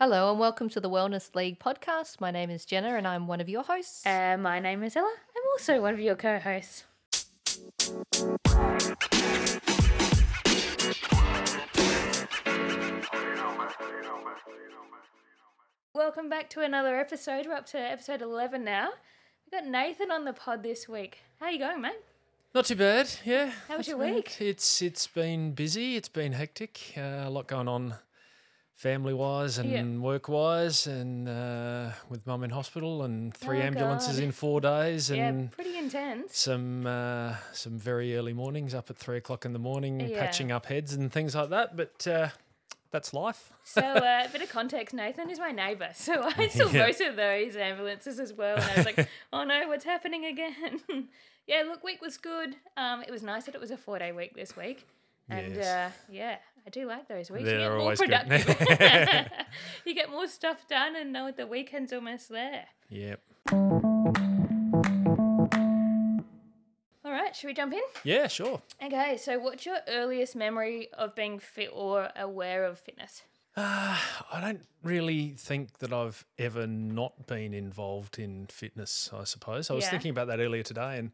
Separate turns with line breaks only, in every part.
Hello and welcome to the Wellness League podcast. My name is Jenna and I'm one of your hosts.
Uh, my name is Ella. I'm also one of your co hosts. Welcome back to another episode. We're up to episode 11 now. We've got Nathan on the pod this week. How you going, mate?
Not too bad, yeah.
How was
Not
your
too bad.
week?
It's it's been busy. It's been hectic. Uh, a lot going on, family wise and work wise, and uh, with mum in hospital and three
Oh,
ambulances
God.
in four days,
Yeah,
and
pretty intense.
some uh, some very early mornings up at three o'clock in the morning,
Yeah.
patching up heads and things like that. But uh, that's life.
So, uh, a bit of context Nathan is my neighbour. So, I saw
Yeah.
most of those ambulances as well. And I was like, oh no, what's happening again? yeah, look, week was good. Um, it was nice that it was a four day week this week. And
Yes.
uh, yeah, I do like those weeks. you
They're
get more
always good.
productive. you get more stuff done and know that the weekend's almost there.
Yep.
All right, should we jump in?
Yeah, sure.
Okay, so what's your earliest memory of being fit or aware of fitness?
Uh, I don't really think that I've ever not been involved in fitness, I suppose. I was
Yeah.
thinking about that earlier today, and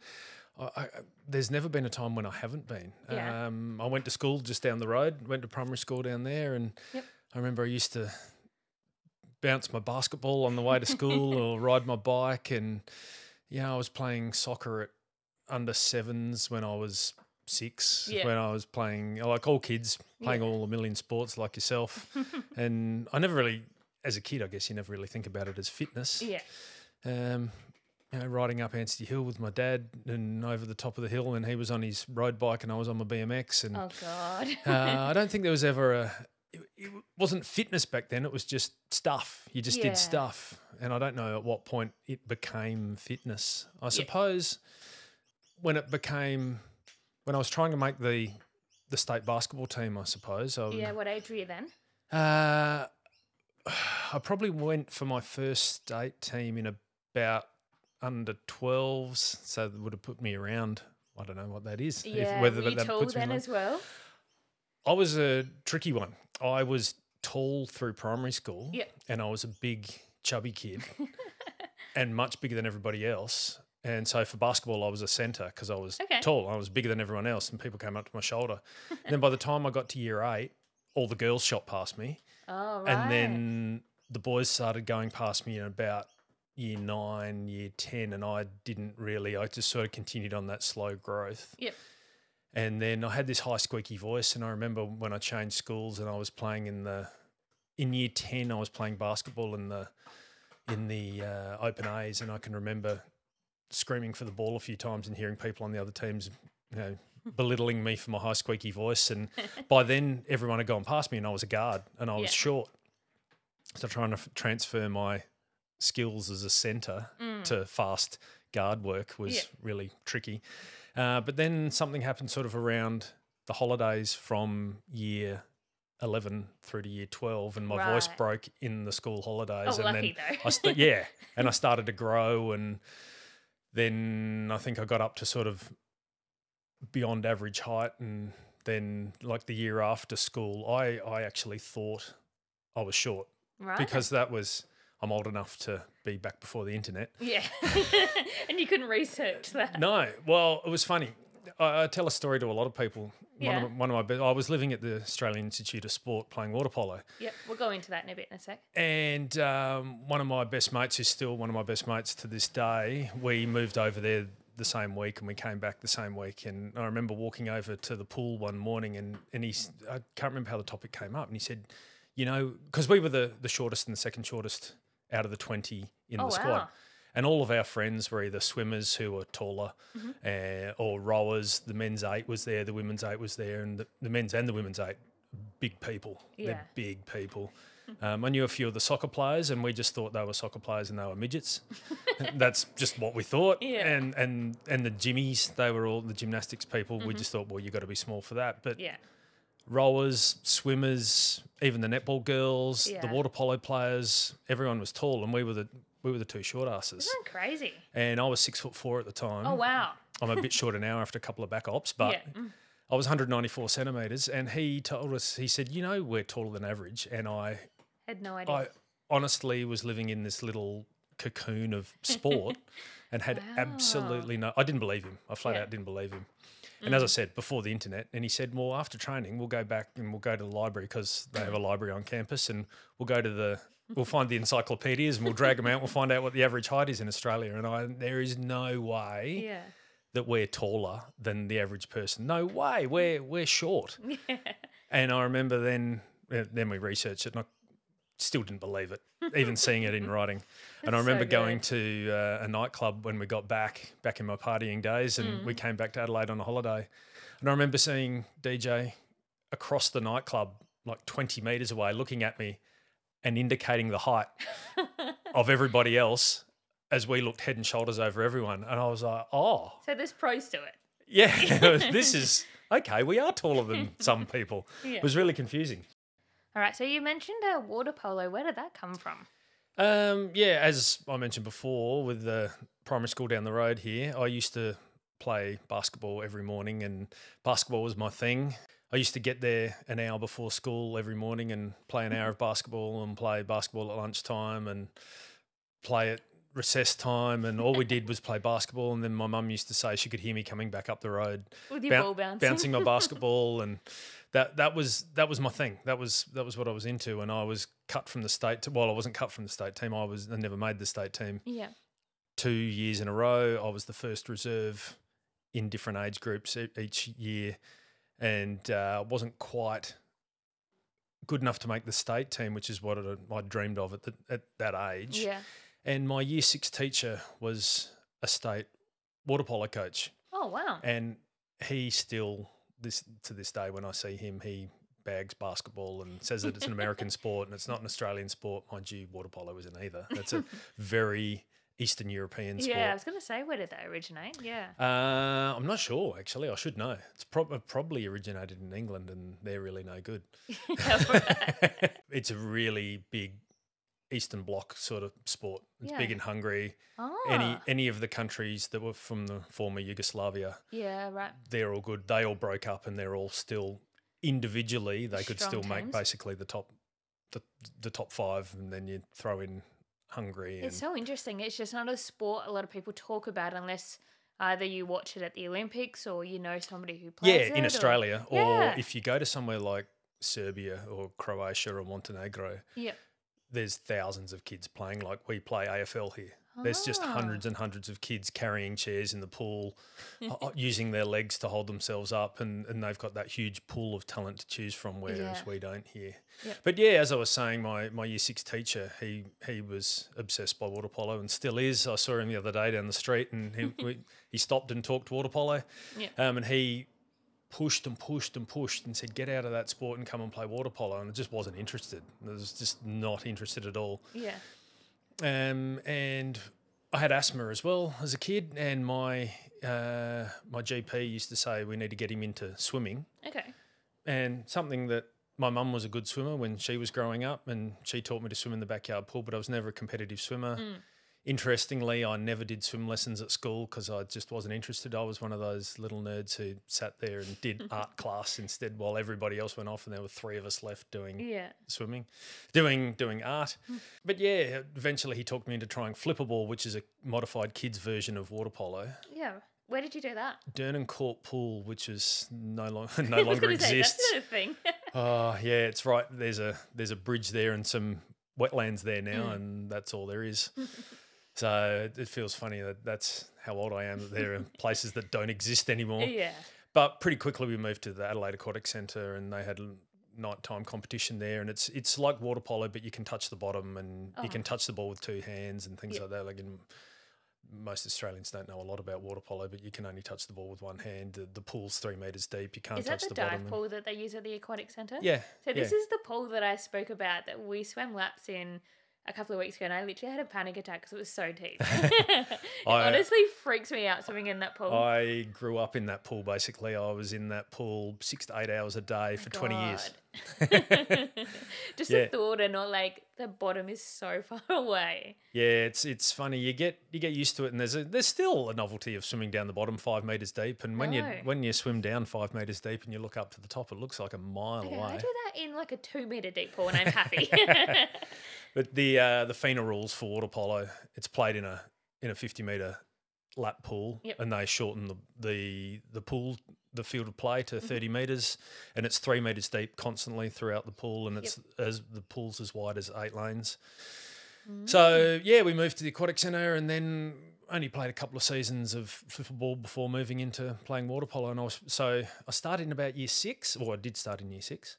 I, I, I- there's never been a time when I haven't been.
Yeah.
Um, I went to school just down the road, went to primary school down there, and
Yep.
I remember I used to bounce my basketball on the way to school or ride my bike. And, you know, I was playing soccer at under sevens when I was six,
Yeah.
when I was playing, like all kids, playing all a million sports like yourself. and I never really, as a kid, I guess you never really think about it as fitness.
Yeah,
Um, you know, riding up Anstey Hill with my dad and over the top of the hill, and he was on his road bike and I was on my BMX. And
oh God.
uh, I don't think there was ever a. It, it wasn't fitness back then. It was just stuff. You just
Yeah.
did stuff, and I don't know at what point it became fitness. I suppose when it became when I was trying to make the the state basketball team. I suppose. I,
yeah, what age were you then?
uh, I probably went for my first state team in about under 12s, so that would have put me around. I don't know what that is. if-
Yeah, were
that-
you
that
tall
puts me
then
in-
as well?
I was a tricky one. I was tall through primary school,
Yep.
and I was a big, chubby kid, and much bigger than everybody else. And so for basketball, I was a centre because I was
Okay.
tall. I was bigger than everyone else, and people came up to my shoulder. and then by the time I got to year eight, all the girls shot past me.
Oh, right.
And then the boys started going past me in about year nine, year 10, and I didn't really, I just sort of continued on that slow growth.
Yep.
And then I had this high squeaky voice, and I remember when I changed schools and I was playing in the, in year 10, I was playing basketball in the, in the uh, open A's, and I can remember screaming for the ball a few times and hearing people on the other teams, you know, belittling me for my high squeaky voice. And by then, everyone had gone past me, and I was a guard, and I was
Yeah.
short. So trying to f- transfer my skills as a centre
Mm.
to fast guard work was
Hmm. Yeah.
really tricky. Uh, but then something happened sort of around the holidays from year 11 through to year 12 and my voice
Right.
broke in the school holidays
Oh,
and
lucky
then
though.
I st- yeah and I started to grow and then I think I got up to sort of beyond average height and then like the year after school I I actually thought I was short
right.
because that was I'm old enough to be back before the internet
yeah, and you couldn't research that.
no. Well, it was funny. I, I tell a story to a lot of people. One,
Yeah.
of, my- one of my, be- I was living at the Australian Institute of Sport playing water polo,
Yep, we'll go into that in a bit in a sec.
and um, one of my best mates, who's still one of my best mates to this day, we moved over there the same week and we came back the same week. And I remember walking over to the pool one morning and, and he, s- I can't remember how the topic came up, and he said, you know, because we were the, the shortest and the second shortest out of the 20 in
Oh,
the squad.
wow.
And all of our friends were either swimmers who were taller
Mm-hmm.
uh, or rowers. The men's eight was there, the women's eight was there, and the, the men's and the women's eight, big people.
Yeah.
They're big people. Um, I knew a few of the soccer players, and we just thought they were soccer players and they were midgets. That's just what we thought.
Yeah.
And and and the jimmies, they were all the gymnastics people. We just thought, well, you got to be small for that. But
Mm-hmm. Yeah,
rowers, swimmers, even the netball girls, the
Yeah.
water polo players, everyone was tall, and we were the we were the two short asses.
isn't that crazy?
And I was six foot four at the time.
Mm-hmm. Oh wow.
I'm a bit shorter now after a couple of back ops, but
yeah. mm,
I was 194 centimeters. And he told us, he said, you know, we're taller than average, and I
Had no idea.
I honestly was living in this little cocoon of sport and had absolutely no I didn't believe him. I flat
Yeah. Mm.
out didn't believe him. And as I said, before the internet, and he said, Well, after training, we'll go back and we'll go to the library because they have a library on campus and we'll go to the, we'll find the encyclopedias and we'll drag them out. We'll find out what the average height is in Australia. And I, there is no way
yeah.
that we're taller than the average person. No way. We're, we're short. And I remember then, uh, then we researched it and I still didn't believe it, even seeing it in writing. And I
That's so
remember
good.
going to uh, a nightclub when we got back, back in my partying days, and
Mm.
we came back to Adelaide on a holiday. And I remember seeing DJ across the nightclub, like 20 meters away, looking at me and indicating the height of everybody else as we looked head and shoulders over everyone. And I was like, oh,
So there's pros to it.
yeah, this is okay. We are taller than some people.
Yeah.
It was really confusing.
All right. So you mentioned uh, water polo. Where did that come from?
Um, yeah, as I mentioned before, with the primary school down the road here, I used to play basketball every morning, and basketball was my thing. I used to get there an hour before school every morning and play an hour of basketball and play basketball at lunchtime and play at recess time. And all we did was play basketball. And then my mum used to say she could hear me coming back up the road
With your
boun-
ball bouncing.
my basketball, and that that was that was my thing. That was that was what I was into, and I was cut from the state. T- well, I wasn't cut from the state team. I was I never made the state team
Yeah.
two years in a row. I was the first reserve in different age groups e- each year, and uh, wasn't quite good enough to make the state team, which is what I, I dreamed of at, the, at that age.
Yeah.
And my year six teacher was a state water polo coach
Oh wow.
and he still this to this day when I see him, he bags basketball and says that it's an American sport and it's not an Australian sport. Mind you, water polo isn't either. That's a very Eastern European sport.
Yeah. I was gonna say where did that originate? Yeah.
Uh, I'm not sure actually. I should know. It's prob- probably originated in England, and they're really no good. it's a really big Eastern Bloc sort of sport. It's big
Yeah.
in Hungary.
oh.
Any any of the countries that were from the former Yugoslavia
Yeah. Right.
they're all good. They all broke up, and they're all still individually. They could
Strong
still make
teams.
basically the top, the the top five, and then you throw in Hungary. And
It's so interesting. It's just not a sport a lot of people talk about unless either you watch it at the Olympics or you know somebody who plays
yeah,
it.
in
or-
Australia, or,
Yeah.
if you go to somewhere like Serbia or Croatia or Montenegro,
Yeah.
there's thousands of kids playing. Like we play AFL here. There's just
Ah.
hundreds and hundreds of kids carrying chairs in the pool, uh, uh, using their legs to hold themselves up, and, and they've got that huge pool of talent to choose from, whereas
Yeah.
we don't here.
Yep.
But yeah, as I was saying, my, my year six teacher, he he was obsessed by water polo and still is. I saw him the other day down the street, and he we, he stopped and talked water polo,
Yep.
um, and he pushed and pushed and pushed and said, "Get out of that sport and come and play water polo," and I just wasn't interested. I was just not interested at all
Yeah.
um, and I had asthma as well as a kid, and my uh, my GP used to say we need to get him into swimming,
Okay.
and something that my mum was a good swimmer when she was growing up, and she taught me to swim in the backyard pool, but I was never a competitive swimmer.
Mm.
Interestingly, I never did swim lessons at school because I just wasn't interested. I was one of those little nerds who sat there and did art class instead, while everybody else went off, and there were three of us left doing
Yeah.
swimming, doing doing art.
Mm.
But yeah, eventually he talked me into trying flipperball, which is a modified kids version of water polo.
Yeah. Where did you do that?
Dernan Court pool, which is no longer
I
no
was
longer
gonna say,
exists.
That's not a thing.
Oh yeah, it's right. There's a there's a bridge there and some wetlands there now,
Mm.
and that's all there is. so it, it feels funny that that's how old I am. That there are places that don't exist anymore.
yeah.
But pretty quickly we moved to the Adelaide Aquatic Centre and they had l- nighttime competition there and it's it's like water polo but you can touch the bottom and you can touch the ball with two hands and
Oh.
things
Yeah.
like that like in, most Australians don't know a lot about water polo but you can only touch the ball with one hand the, the pool's 3 meters deep you can't
Is that the,
touch the, bottom
dive
and-
pool that they use at the aquatic centre?
yeah
So this
yeah.
is the pool that I spoke about that we swam laps in a couple of weeks ago, and I literally had a panic attack because it was so deep. it honestly freaks me out swimming in that pool.
I grew up in that pool basically. I was in that pool six to eight hours a day for 20 years.
God. Just
Yeah.
the thought, and not like the bottom is so far away.
Yeah, it's it's funny. You get you get used to it, and there's a, there's still a novelty of swimming down the bottom five meters deep. And when you
No.
when you swim down five meters deep and you look up to the top, it looks like a mile
Okay, I
away.
do that in like a two meter deep pool, and I'm happy.
But the uh, the FINA rules for water polo, it's played in a in a 50 meter lap pool,
Yep.
and they shorten the, the the pool the field of play
Mm-hmm.
to 30 meters, and it's three meters deep constantly throughout the pool, and it's as the pool's as wide as eight lanes.
Mm.
So yeah, we moved to the aquatic centre, and then only played a couple of seasons of football before moving into playing water polo. And I was so I started in about year six, or I did start in year six,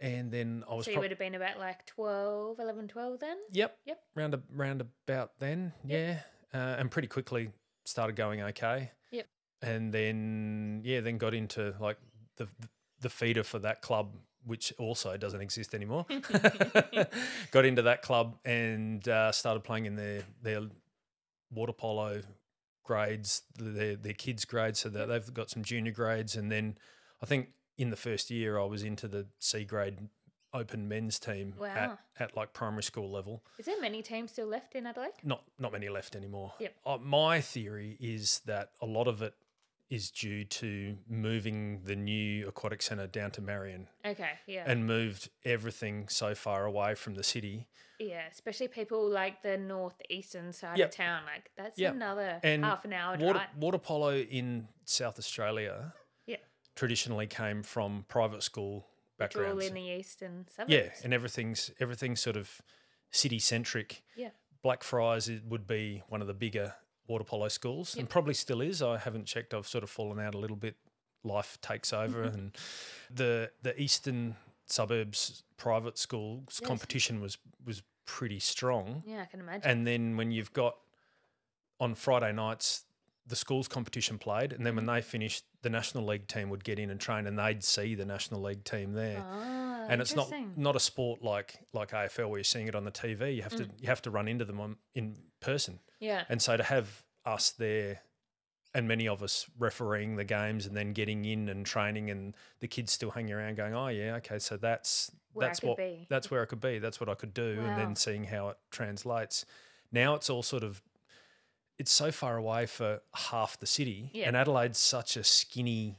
and then I was
so you
prob-
would have been about like 12, 11, 12 then?
Yep.
Yep.
Round, a, round about then. Yeah. Uh, and pretty quickly started going okay.
Yep.
And then, yeah, then got into like the, the feeder for that club, which also doesn't exist anymore. got into that club and uh, started playing in their, their water polo grades, their, their kids' grades. So that they've got some junior grades. And then I think in the first year, I was into the C grade open men's team
Wow.
at, at like primary school level.
Is there many teams still left in Adelaide?
Not not many left anymore.
Yep.
Uh, my theory is that a lot of it is due to moving the new aquatic centre down to Marion
Okay, yeah.
and moved everything so far away from the city.
yeah, especially people like the northeastern side
Yep.
of town. Like that's
Yep.
another
And
half an hour
Water,
drive.
water polo in South Australia
Yeah.
traditionally came from private school
Which are all
backgrounds.
in the east and suburbs.
yeah, and everything's everything's sort of city centric.
Yeah.
Blackfriars i- would be one of the bigger water polo schools and probably still is. I haven't checked. I've sort of fallen out a little bit. Life takes over
Mm-hmm.
and the the eastern suburbs private schools
Yes.
competition was was pretty strong.
Yeah, I can imagine.
And then when you've got on Friday nights the schools competition played and then when they finished the national league team would get in and train and they'd see the national league team there
Ah,
and it's not
interesting.
not a sport like like AFL where you're seeing it on the TV. You have to
Mm.
you have to run into them on, in person,
Yeah.
and so to have us there, and many of us refereeing the games, and then getting in and training, and the kids still hanging around, going, "Oh yeah, okay, so that's
Where I
that's
could
what
be."
that's where I could be. That's what I could do," and
Wow.
then seeing how it translates. Now it's all sort of it's so far away for half the city,
Yeah.
and Adelaide's such a skinny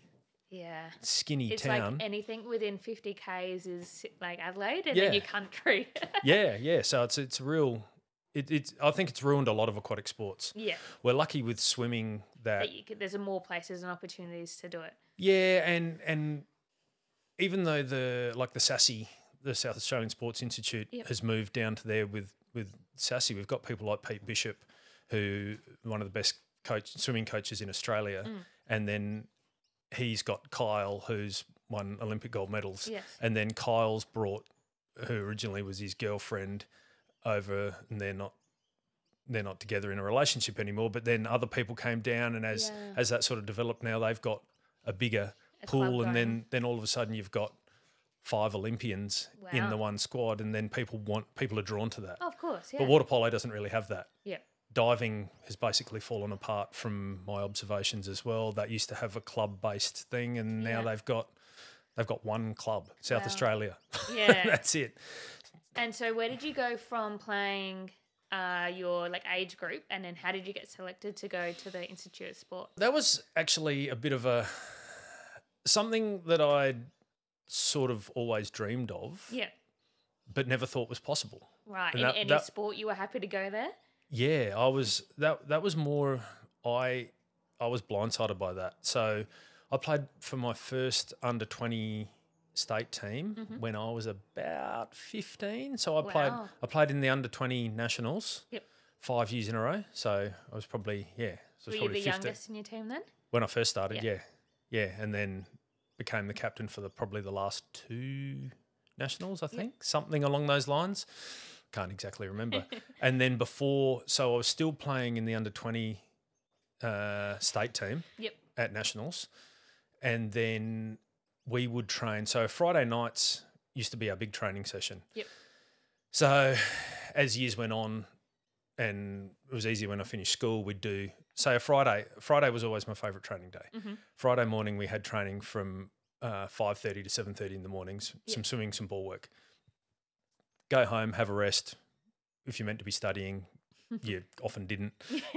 Yeah.
skinny
It's
town.
like anything within 50 Ks is like Adelaide and
Yeah.
then your country.
yeah, yeah. So it's it's real. It, it's I think it's ruined a lot of aquatic sports.
yeah.
We're lucky with swimming that
But you could, there's more places and opportunities to do it.
yeah, and and even though the like the Sassy, the South Australian Sports Institute
Yep.
has moved down to there with with Sassy, we've got people like Pete Bishop, who one of the best coach swimming coaches in Australia,
Mm.
and then he's got Kyle, who's won Olympic gold medals,
Yes.
and then Kyle's brought who originally was his girlfriend over, and they're not they're not together in a relationship anymore. But then other people came down, and as
Yeah.
as that sort of developed, now they've got a bigger
A club
pool,
going.
and then then all of a sudden you've got five Olympians in the
Wow.
one squad, and then people want people are drawn to that.
Oh, of course. Yeah.
But water polo doesn't really have that.
yeah.
Diving has basically fallen apart from my observations as well. That used to have a club based thing, and now
Yeah.
they've got they've got one club, South
Wow.
Australia.
Yeah.
That's it.
and so where did you go from playing uh, your like age group and then how did you get selected to go to the Institute of Sport?
That was actually a bit of a something that I sort of always dreamed of,
Yeah.
but never thought was possible.
Right.
And
In
that-
any
that-
sport you were happy to go there?
Yeah, I was that that was more I I was blindsided by that. So I played for my first under 20 state team when I was about 15. So I played
Mm-hmm. Wow.
I played in the under 20 nationals
Yep.
5 years in a row. So I was probably yeah,
Were you
so I was
the
probably 15.
youngest in your team then?
When I first started,
Yeah.
yeah. yeah, and then became the captain for the probably the last two nationals, I think, something along those lines. Can't exactly remember. and then before, so I was still playing in the under twenty uh, state team
Yep.
at nationals, and then we would train. So Friday nights used to be our big training session.
Yep.
So as years went on, and it was easier when I finished school, we'd do say a Friday. Friday was always my favorite training day.
Mhm.
Friday morning we had training from uh, five thirty to seven thirty in the mornings.
Yeah.
Some swimming, some ball work. Go home, have a rest. If you're meant to be studying, you often didn't.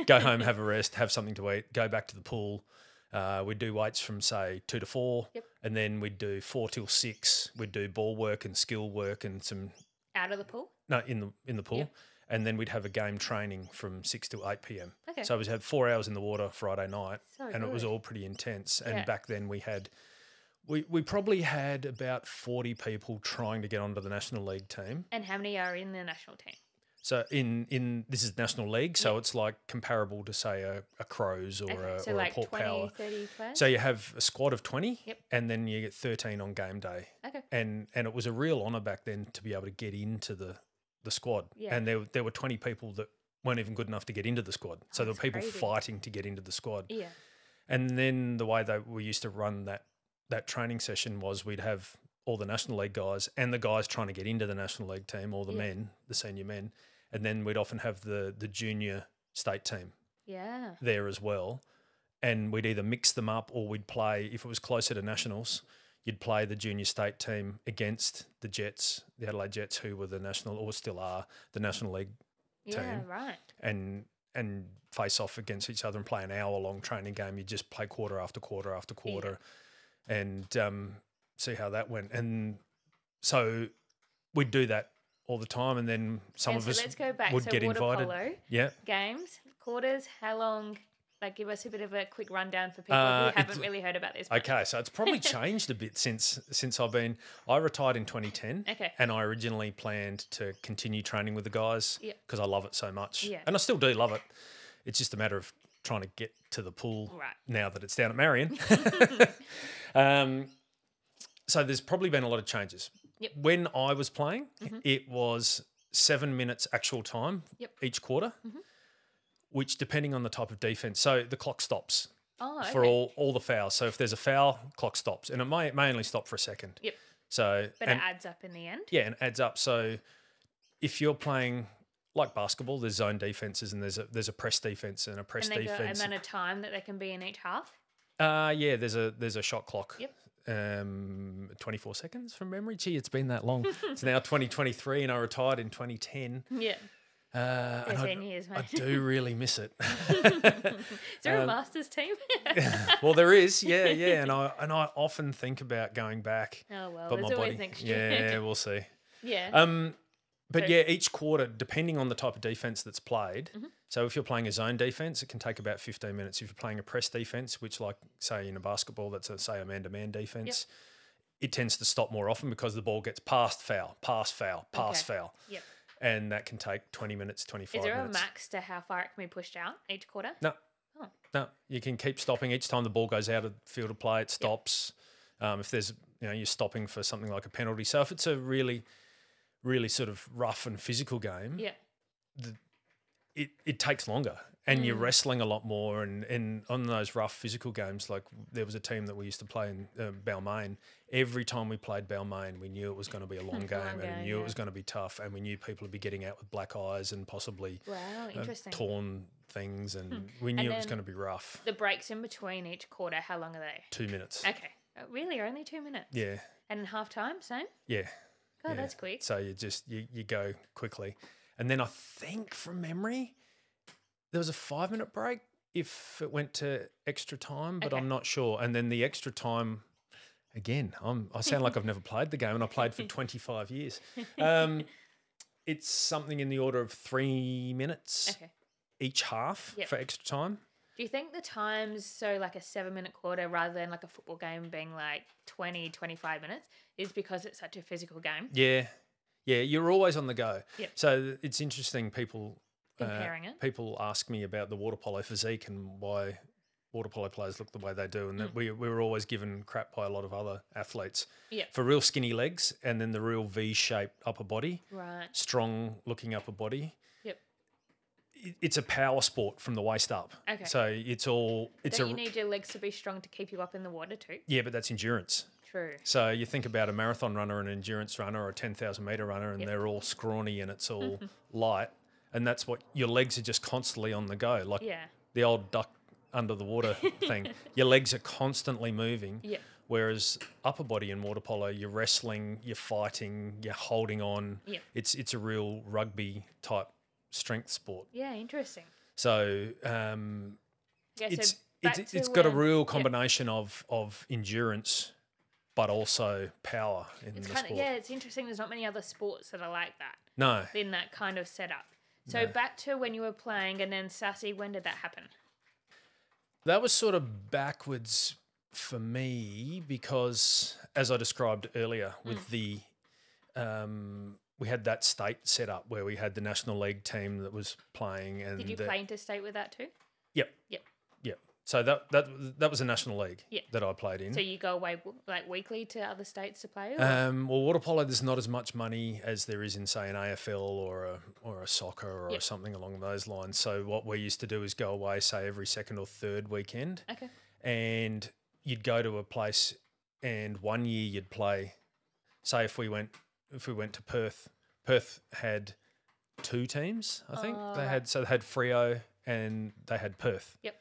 Go home, have a rest, have something to eat. Go back to the pool. Uh, we'd do weights from say two to four,
Yep.
and then we'd do four till six. We'd do ball work and skill work and some
Out of the pool.
no in the in the pool,
Yep.
and then we'd have a game training from six till eight p.m.
Okay.
So we had four hours in the water Friday night,
So
and it was
good.
all pretty intense. And
Yeah.
back then we had, we we probably had about forty people trying to get onto the national league team.
and how many are in the national team?
So in in this is national league, so it's like comparable to say a, a Crows or
Okay,
a,
so
or
like
a Port
20,
Power.
30 players.
So you have a squad of twenty,
Yep.
and then you get thirteen on game day
okay.
and and it was a real honor back then to be able to get into the the squad.
Yeah.
And there there were 20 people that weren't even good enough to get into the squad. So there were
That's
people
crazy.
fighting to get into the squad.
Yeah.
And then the way that we used to run that that training session was we'd have all the national league guys and the guys trying to get into the national league team, all the
Yeah.
men, the senior men, and then we'd often have the the junior state team
Yeah.
there as well. And we'd either mix them up or we'd play, if it was closer to nationals, you'd play the junior state team against the Jets, the Adelaide Jets, who were the national or still are the National League,
Yeah.
Team.
Right.
and and face off against each other and play an hour long training game. You just play quarter after quarter after quarter and um, see how that went. And so we'd do that all the time. And then some
and
of
so
us
let's go back.
would
so
get
water
invited.
polo
Yeah.
games, quarters. How long? Like, give us a bit of a quick rundown for people
Uh,
who haven't
it's-
really heard about this. much.
Okay, so it's probably changed a bit since since I've been. I retired in 2010.
Okay.
And I originally planned to continue training with the guys
Yeah.
because I love it so much.
Yeah.
And I still do love it. It's just a matter of trying to get to the pool
Right.
now that it's down at Marion. um, so there's probably been a lot of changes.
Yep. Mm-hmm.
When I was playing, it was seven minutes actual time
Yep. Mm-hmm.
each quarter, which depending on the type of defense, so the clock stops
Oh, okay.
for all, all the fouls. So if there's a foul, clock stops, and it may, it may only stop for a second.
Yep.
So
But
and,
it adds up in the end.
yeah, and it adds up. So if you're playing like basketball, there's zone defenses and there's a there's a press defense and a press
And they go
defense.
amount of time that they can be in each half.
uh yeah, there's a there's a shot clock.
Yep.
Um, 24 seconds from memory. Gee, it's been that long. it's now 2023, and I retired in 2010.
Yeah.
Uh, and
Thirteen
I,
years,
I
mate.
do um, really miss it.
Is there a masters team?
well, there is, yeah, yeah, and I and I often think about going back.
oh well,
but
there's
my
always
body,
next year.
yeah, we'll see.
yeah.
Um, but
So-
yeah, each quarter, depending on the type of defense that's played.
Mm-hmm.
So if you're playing a zone defense, it can take about 15 minutes. If you're playing a press defense, which, like say in a basketball, that's a say a man-to-man defense, it tends to stop more often because the ball gets past foul, past foul, past
Okay.
foul,
Yep.
and that can take 20 minutes, 25
Is there a
minutes.
max to how far it can be pushed out each quarter?
No.
Oh.
No, you can keep stopping each time the ball goes out of the field of play. It stops. Um, if there's, you know, you're stopping for something like a penalty. So if it's a really, really sort of rough and physical game,
Yeah.
it, it takes longer and
Mm.
you're wrestling a lot more. And, and on those rough physical games, like there was a team that we used to play in uh, Balmain. Every time we played Balmain, we knew it was going to be a long game and
game,
we knew
yeah.
it was going to be tough. And we knew people would be getting out with black eyes and possibly
Wow,
uh,
interesting. Hmm.
torn things. And we knew it was
then-
going to be rough.
the breaks in between each quarter, how long are they?
Two minutes.
Okay. Oh, really? Only two minutes?
Yeah,
And in half time, same?
yeah.
God,
yeah.
Oh, that's quick.
So you just you, you go quickly, and then I think from memory, there was a five minute break if it went to extra time, but
Okay.
I'm not sure. And then the extra time, again, I'm I sound like I've never played the game, and I played for 25 years. Um, it's something in the order of three minutes
Okay.
each half
Yep.
for extra time.
Do you think the times, so like a seven minute quarter rather than like a football game being like 20, 25 minutes, is because it's such a physical game?
Yeah, yeah, you're always on the go.
Yep.
So it's interesting. People uh,
Comparing it.
People ask me about the water polo physique and why water polo players look the way they do, and
Mm.
that we we were always given crap by a lot of other athletes
Yep.
for real skinny legs and then the real V-shaped upper body,
Right.
strong looking upper body.
Yep.
it- it's a power sport from the waist up.
Okay.
So it's all it's
Don't
a
you need your legs to be strong to keep you up in the water too?
yeah, but that's endurance.
True.
So you think about a marathon runner, an endurance runner, or a ten thousand meter runner, and
Yep.
they're all scrawny and it's all light, and that's what your legs are just constantly on the go, like
Yeah.
the old duck under the water thing. Your legs are constantly moving.
Yep.
Whereas upper body in water polo, you're wrestling, you're fighting, you're holding on.
Yep.
It's it's a real rugby type strength sport.
Yeah, interesting.
So um,
Okay,
it's
so back
it's
to,
it's got a
um,
real
yeah.
combination of of endurance, but also power in
It's
the
kind of
sport.
yeah, it's interesting. There's not many other sports that are like that
No,
in that kind of setup. So back to when you were playing, and then Sassy. When did that happen?
that was sort of backwards for me because, as I described earlier,
Mm.
with the um, we had that state set up where we had the national league team that was playing, and uh,
Did you
the-
play interstate with that too?
Yep,
Yep.
yep. So that that that was a national league
Yeah.
that I played in.
So you go away w- like weekly to other states to play. or-
Um, well, water polo, there's not as much money as there is in, say, an AFL or a, or a soccer or
Yep.
something along those lines. So, what we used to do is go away, say, every second or third weekend,
okay.
and you'd go to a place, and one year you'd play. Say, if we went, if we went to Perth, Perth had two teams, I think
Oh,
they
right.
had. So they had Frio and they had Perth.
Yep.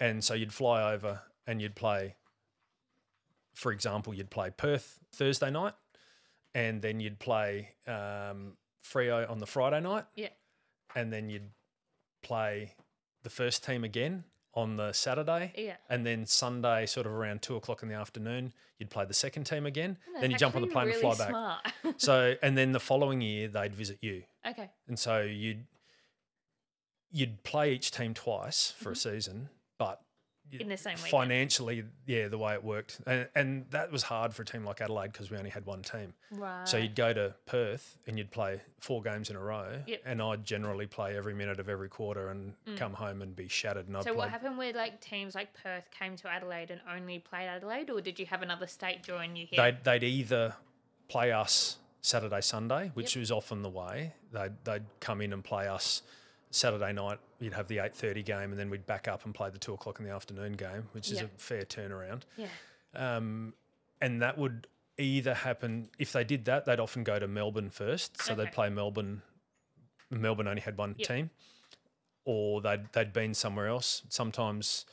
And so you'd fly over and you'd play, for example, you'd play Perth Thursday night and then you'd play um, Frio on the Friday night.
Yeah.
And then you'd play the first team again on the Saturday.
Yeah.
And then Sunday, sort of around two o'clock in the afternoon, you'd play the second team again.
That's
then you jump on the
actually
plane
really
and fly back.
Smart.
So, and then the following year, they'd visit you
okay.
and so you'd you'd play each team twice for a season, but y-
In the Mm-hmm. same weekend.
financially, yeah, the way it worked, and, and that was hard for a team like Adelaide because we only had one team.
Right.
So you'd go to Perth and you'd play four games in a row,
Yep. Mm.
and I'd generally play every minute of every quarter and come home and be shattered. And I'd
So
play,
what happened where like teams like Perth came to Adelaide and only played Adelaide, or did you have another state join you here?
they'd, they'd either play us Saturday, Sunday, which was often the way. They'd, they'd come in and play us Saturday night. You'd have the 8.30 game and then we'd back up and play the 2 o'clock in the afternoon game, which is
Yeah.
a fair turnaround.
yeah.
Um, And that would either happen, if they did that, they'd often go to Melbourne first. So
Okay.
they'd play Melbourne. Melbourne only had one
Yep.
team. Or they'd, they'd been somewhere else. Sometimes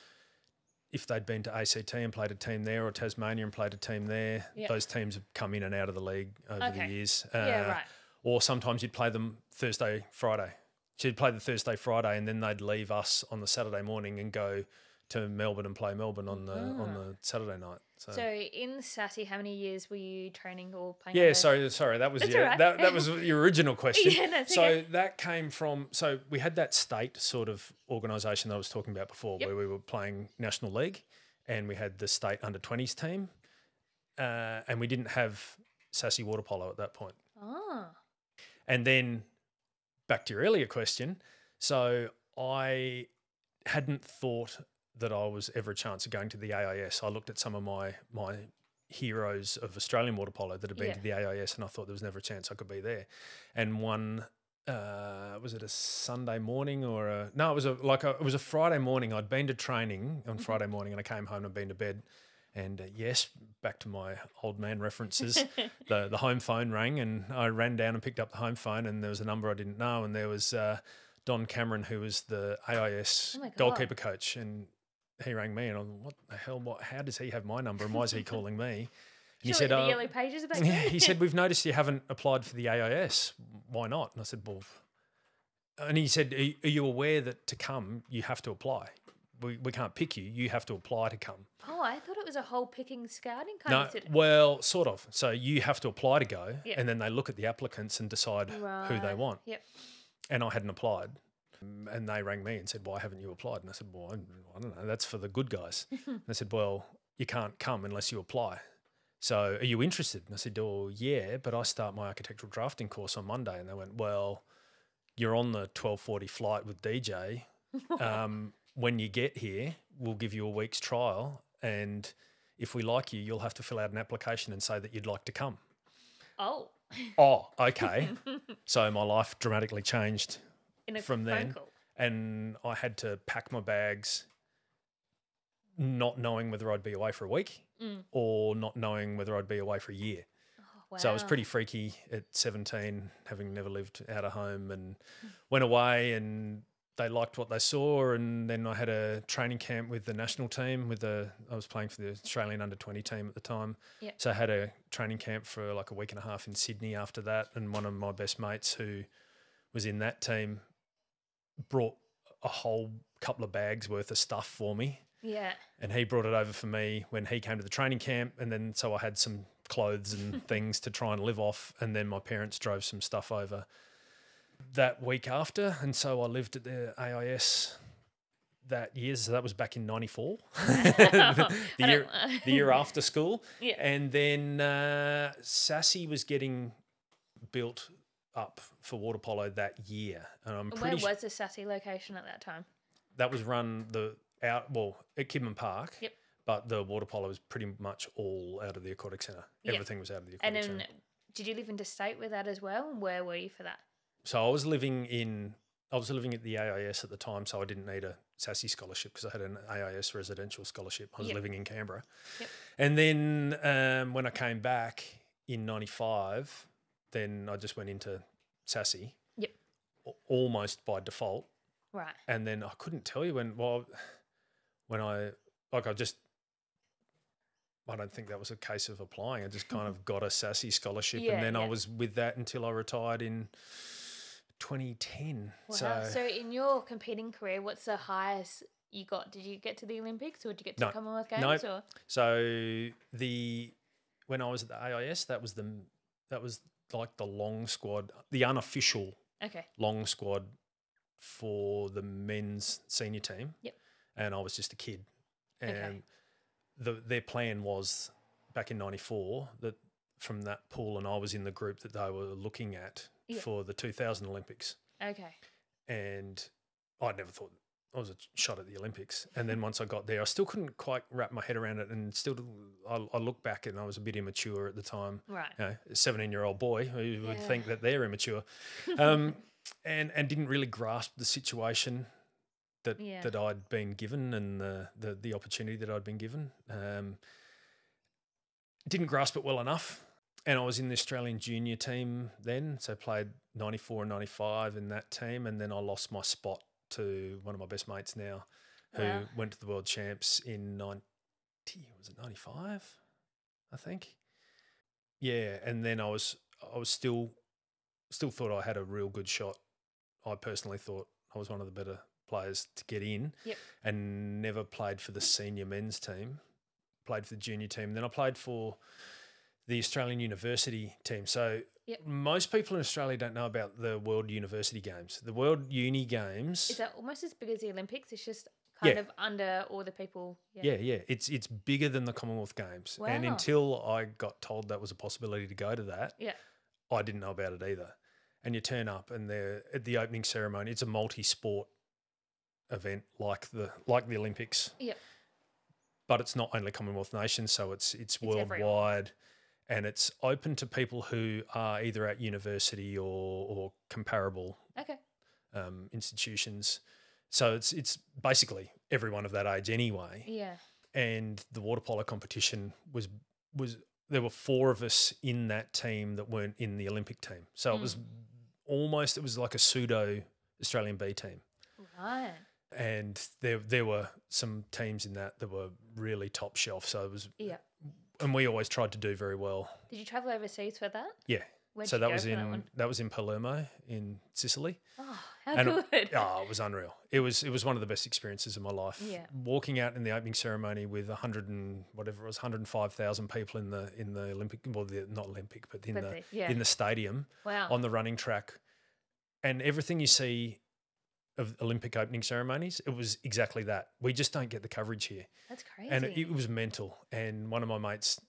if they'd been to ACT and played a team there or Tasmania and played a team there,
Yeah.
those teams have come in and out of the league over
Okay.
the years.
yeah.
Uh,
Right.
Or sometimes you'd play them Thursday, Friday. So you'd play the Thursday, Friday, and then they'd leave us on the Saturday morning and go to Melbourne and play Melbourne on the on the Saturday night. So,
Ah. So in Sassy, how many years were you training or playing?
yeah,
under-
sorry, sorry, that was
That's
your,
all right.
that, that was your original question.
Yeah, that's
so
okay.
that came from so we had that state sort of organisation that I was talking about before,
Yep.
where we were playing national league, and we had the state under twenties team, uh, and we didn't have sassy water polo at that point.
Oh.
And then back to your earlier question. So I hadn't thought that I was ever a chance of going to the AIS. I looked at some of my my heroes of Australian water polo that had been to the AIS, and I thought there was never a chance I could be there. And one uh, was it a Sunday morning or a no? It was a like a, it was a Friday morning. I'd been to training on Friday morning, and I came home and been to bed. And uh, yes, back to my old man references. the the home phone rang, and I ran down and picked up the home phone, and there was a number I didn't know, and there was uh, Don Cameron, who was the AIS
Oh my God.
goalkeeper coach, and he rang me, and I'm what the hell? What? How does he have my number, and why is he calling me? And he
Surely
said,
the
"Uh,
yellow pages back
yeah,
then?
he said, We've noticed you haven't applied for the AIS. Why not? And I said, Well, and he said, Are, are you aware that to come, you have to apply? We, we can't pick you. You have to apply to come.
Oh, I thought it was a whole picking scouting kind
No,
of situation.
well, sort of. So you have to apply to go,
Yeah.
and then they look at the applicants and decide who they
Right.
want.
Yep.
And I hadn't applied. Mm, And they rang me and said, Why haven't you applied? And I said, Well, I, I don't know. That's for the good guys. and they said, Well, you can't come unless you apply. So are you interested? And I said, Oh, yeah, but I start my architectural drafting course on Monday. And they went, Well, you're on the 1240 flight with DJ. Um, when you get here, we'll give you a week's trial. And if we like you, you'll have to fill out an application and say that you'd like to come.
Oh,
Oh, okay. so my life dramatically changed
in a
From
phone
then,
call.
and I had to pack my bags, not knowing whether I'd be away for a week
Mm.
or not knowing whether I'd be away for a year.
Oh, wow.
So I was pretty freaky at 17, having never lived out of home and went away and they liked what they saw. And then I had a training camp with the national team with the, I was playing for the Australian under 20 team at the time.
Yep.
So I had a training camp for like a week and a half in Sydney after that. And one of my best mates who was in that team brought a whole couple of bags worth of stuff for me
Yeah.
and he brought it over for me when he came to the training camp and then so i had some clothes and things to try and live off and then my parents drove some stuff over that week after and so i lived at the ais that year so that was back in 94 the,
I
year,
don't-
the year after school
Yeah.
and then uh, sassy was getting built up for water polo that year and i'm
Where
pretty sure
was the Sassy location at that time?
that was run the out well at Kidman Park.
Yep.
But the water polo was pretty much all out of the aquatic centre.
Yep.
Everything was out of the aquatic
And then,
centre.
did you live interstate with that as well? And Where were you for that?
So I was living in I was living at the AIS at the time, so I didn't need a Sassy scholarship because I had an AIS residential scholarship. I was
Yep.
living in Canberra.
Yep.
And then um, when I came back in '95, then I just went into Sassy.
Yep.
al- Almost by default,
Right.
and then I couldn't tell you when. Well, when I like, I just I don't think that was a case of applying. I just kind of got a sassy scholarship,
Yeah,
and then I
yeah.
was with that until I retired in 2010.
Wow.
So,
So, in your competing career, what's the highest you got? Did you get to the Olympics or did you get to
No.
the Commonwealth
No.
Games? Or
so the when I was at the AIS, that was the that was like the long squad, the unofficial
okay,
long squad for the men's senior team.
Yep.
And I was just a kid. And
Okay.
the, their plan was back in 94 that from that pool, and I was in the group that they were looking at
Yeah.
for the 2000 Olympics.
okay,
And I never thought I was a shot at the Olympics. And then once I got there, I still couldn't quite wrap my head around it. And still, didn't- I, I look back and I was a bit immature at the time
right.
you know, a 17 year old boy who would
Yeah.
think that they're immature um, and, and didn't really grasp the situation that,
Yeah.
that I'd been given and the, the, the opportunity that I'd been given. Um, didn't grasp it well enough. And I was in the Australian junior team then, so played 94 and 95 in that team. And then I lost my spot to one of my best mates now who
Wow.
went to the world champs in 90, was it 95? I think yeah and then i was i was still still thought i had a real good shot i personally thought i was one of the better players to get in
Yep.
and never played for the senior men's team played for the junior team then i played for the australian university team so
Yep.
most people in australia don't know about the world university games the world uni games
Is that almost as big as the Olympics? It's just kind
Yeah.
of under all the people.
yeah. yeah it's it's bigger than the commonwealth games and
Wow.
until i got told that was a possibility to go to that
Yeah.
I didn't know about it either. And you turn up and they're at the opening ceremony. It's a multi-sport event like the like the Olympics.
Yep.
But it's not only Commonwealth nations, so it's it's
everyone.
worldwide and it's open to people who are either at university or or comparable
Okay.
um, institutions. So it's it's basically everyone of that age anyway
Yeah.
and the water polo competition was was there were four of us in that team that weren't in the Olympic team. So it
Hmm.
was almost it was like a pseudo Australian B team.
Right.
And there there were some teams in that that were really top shelf. So it was
Yeah.
and we always tried to do very well.
Did you travel overseas for that?
Yeah.
Where'd
so
you
that
go
was
for
in
that one?
was in Palermo in Sicily.
Oh, how
And, uh,
good.
Oh, it was unreal. It was it was one of the best experiences of my life.
Yeah.
Walking out in the opening ceremony with hundred and whatever it was, hundred and five thousand people in the in the Olympic well the, not Olympic, but in
But
the
the- yeah.
in the stadium
wow.
on the running track. And everything you see of Olympic opening ceremonies, it was exactly that. We just don't get the coverage here.
That's crazy.
And it, it was mental. And one of my mates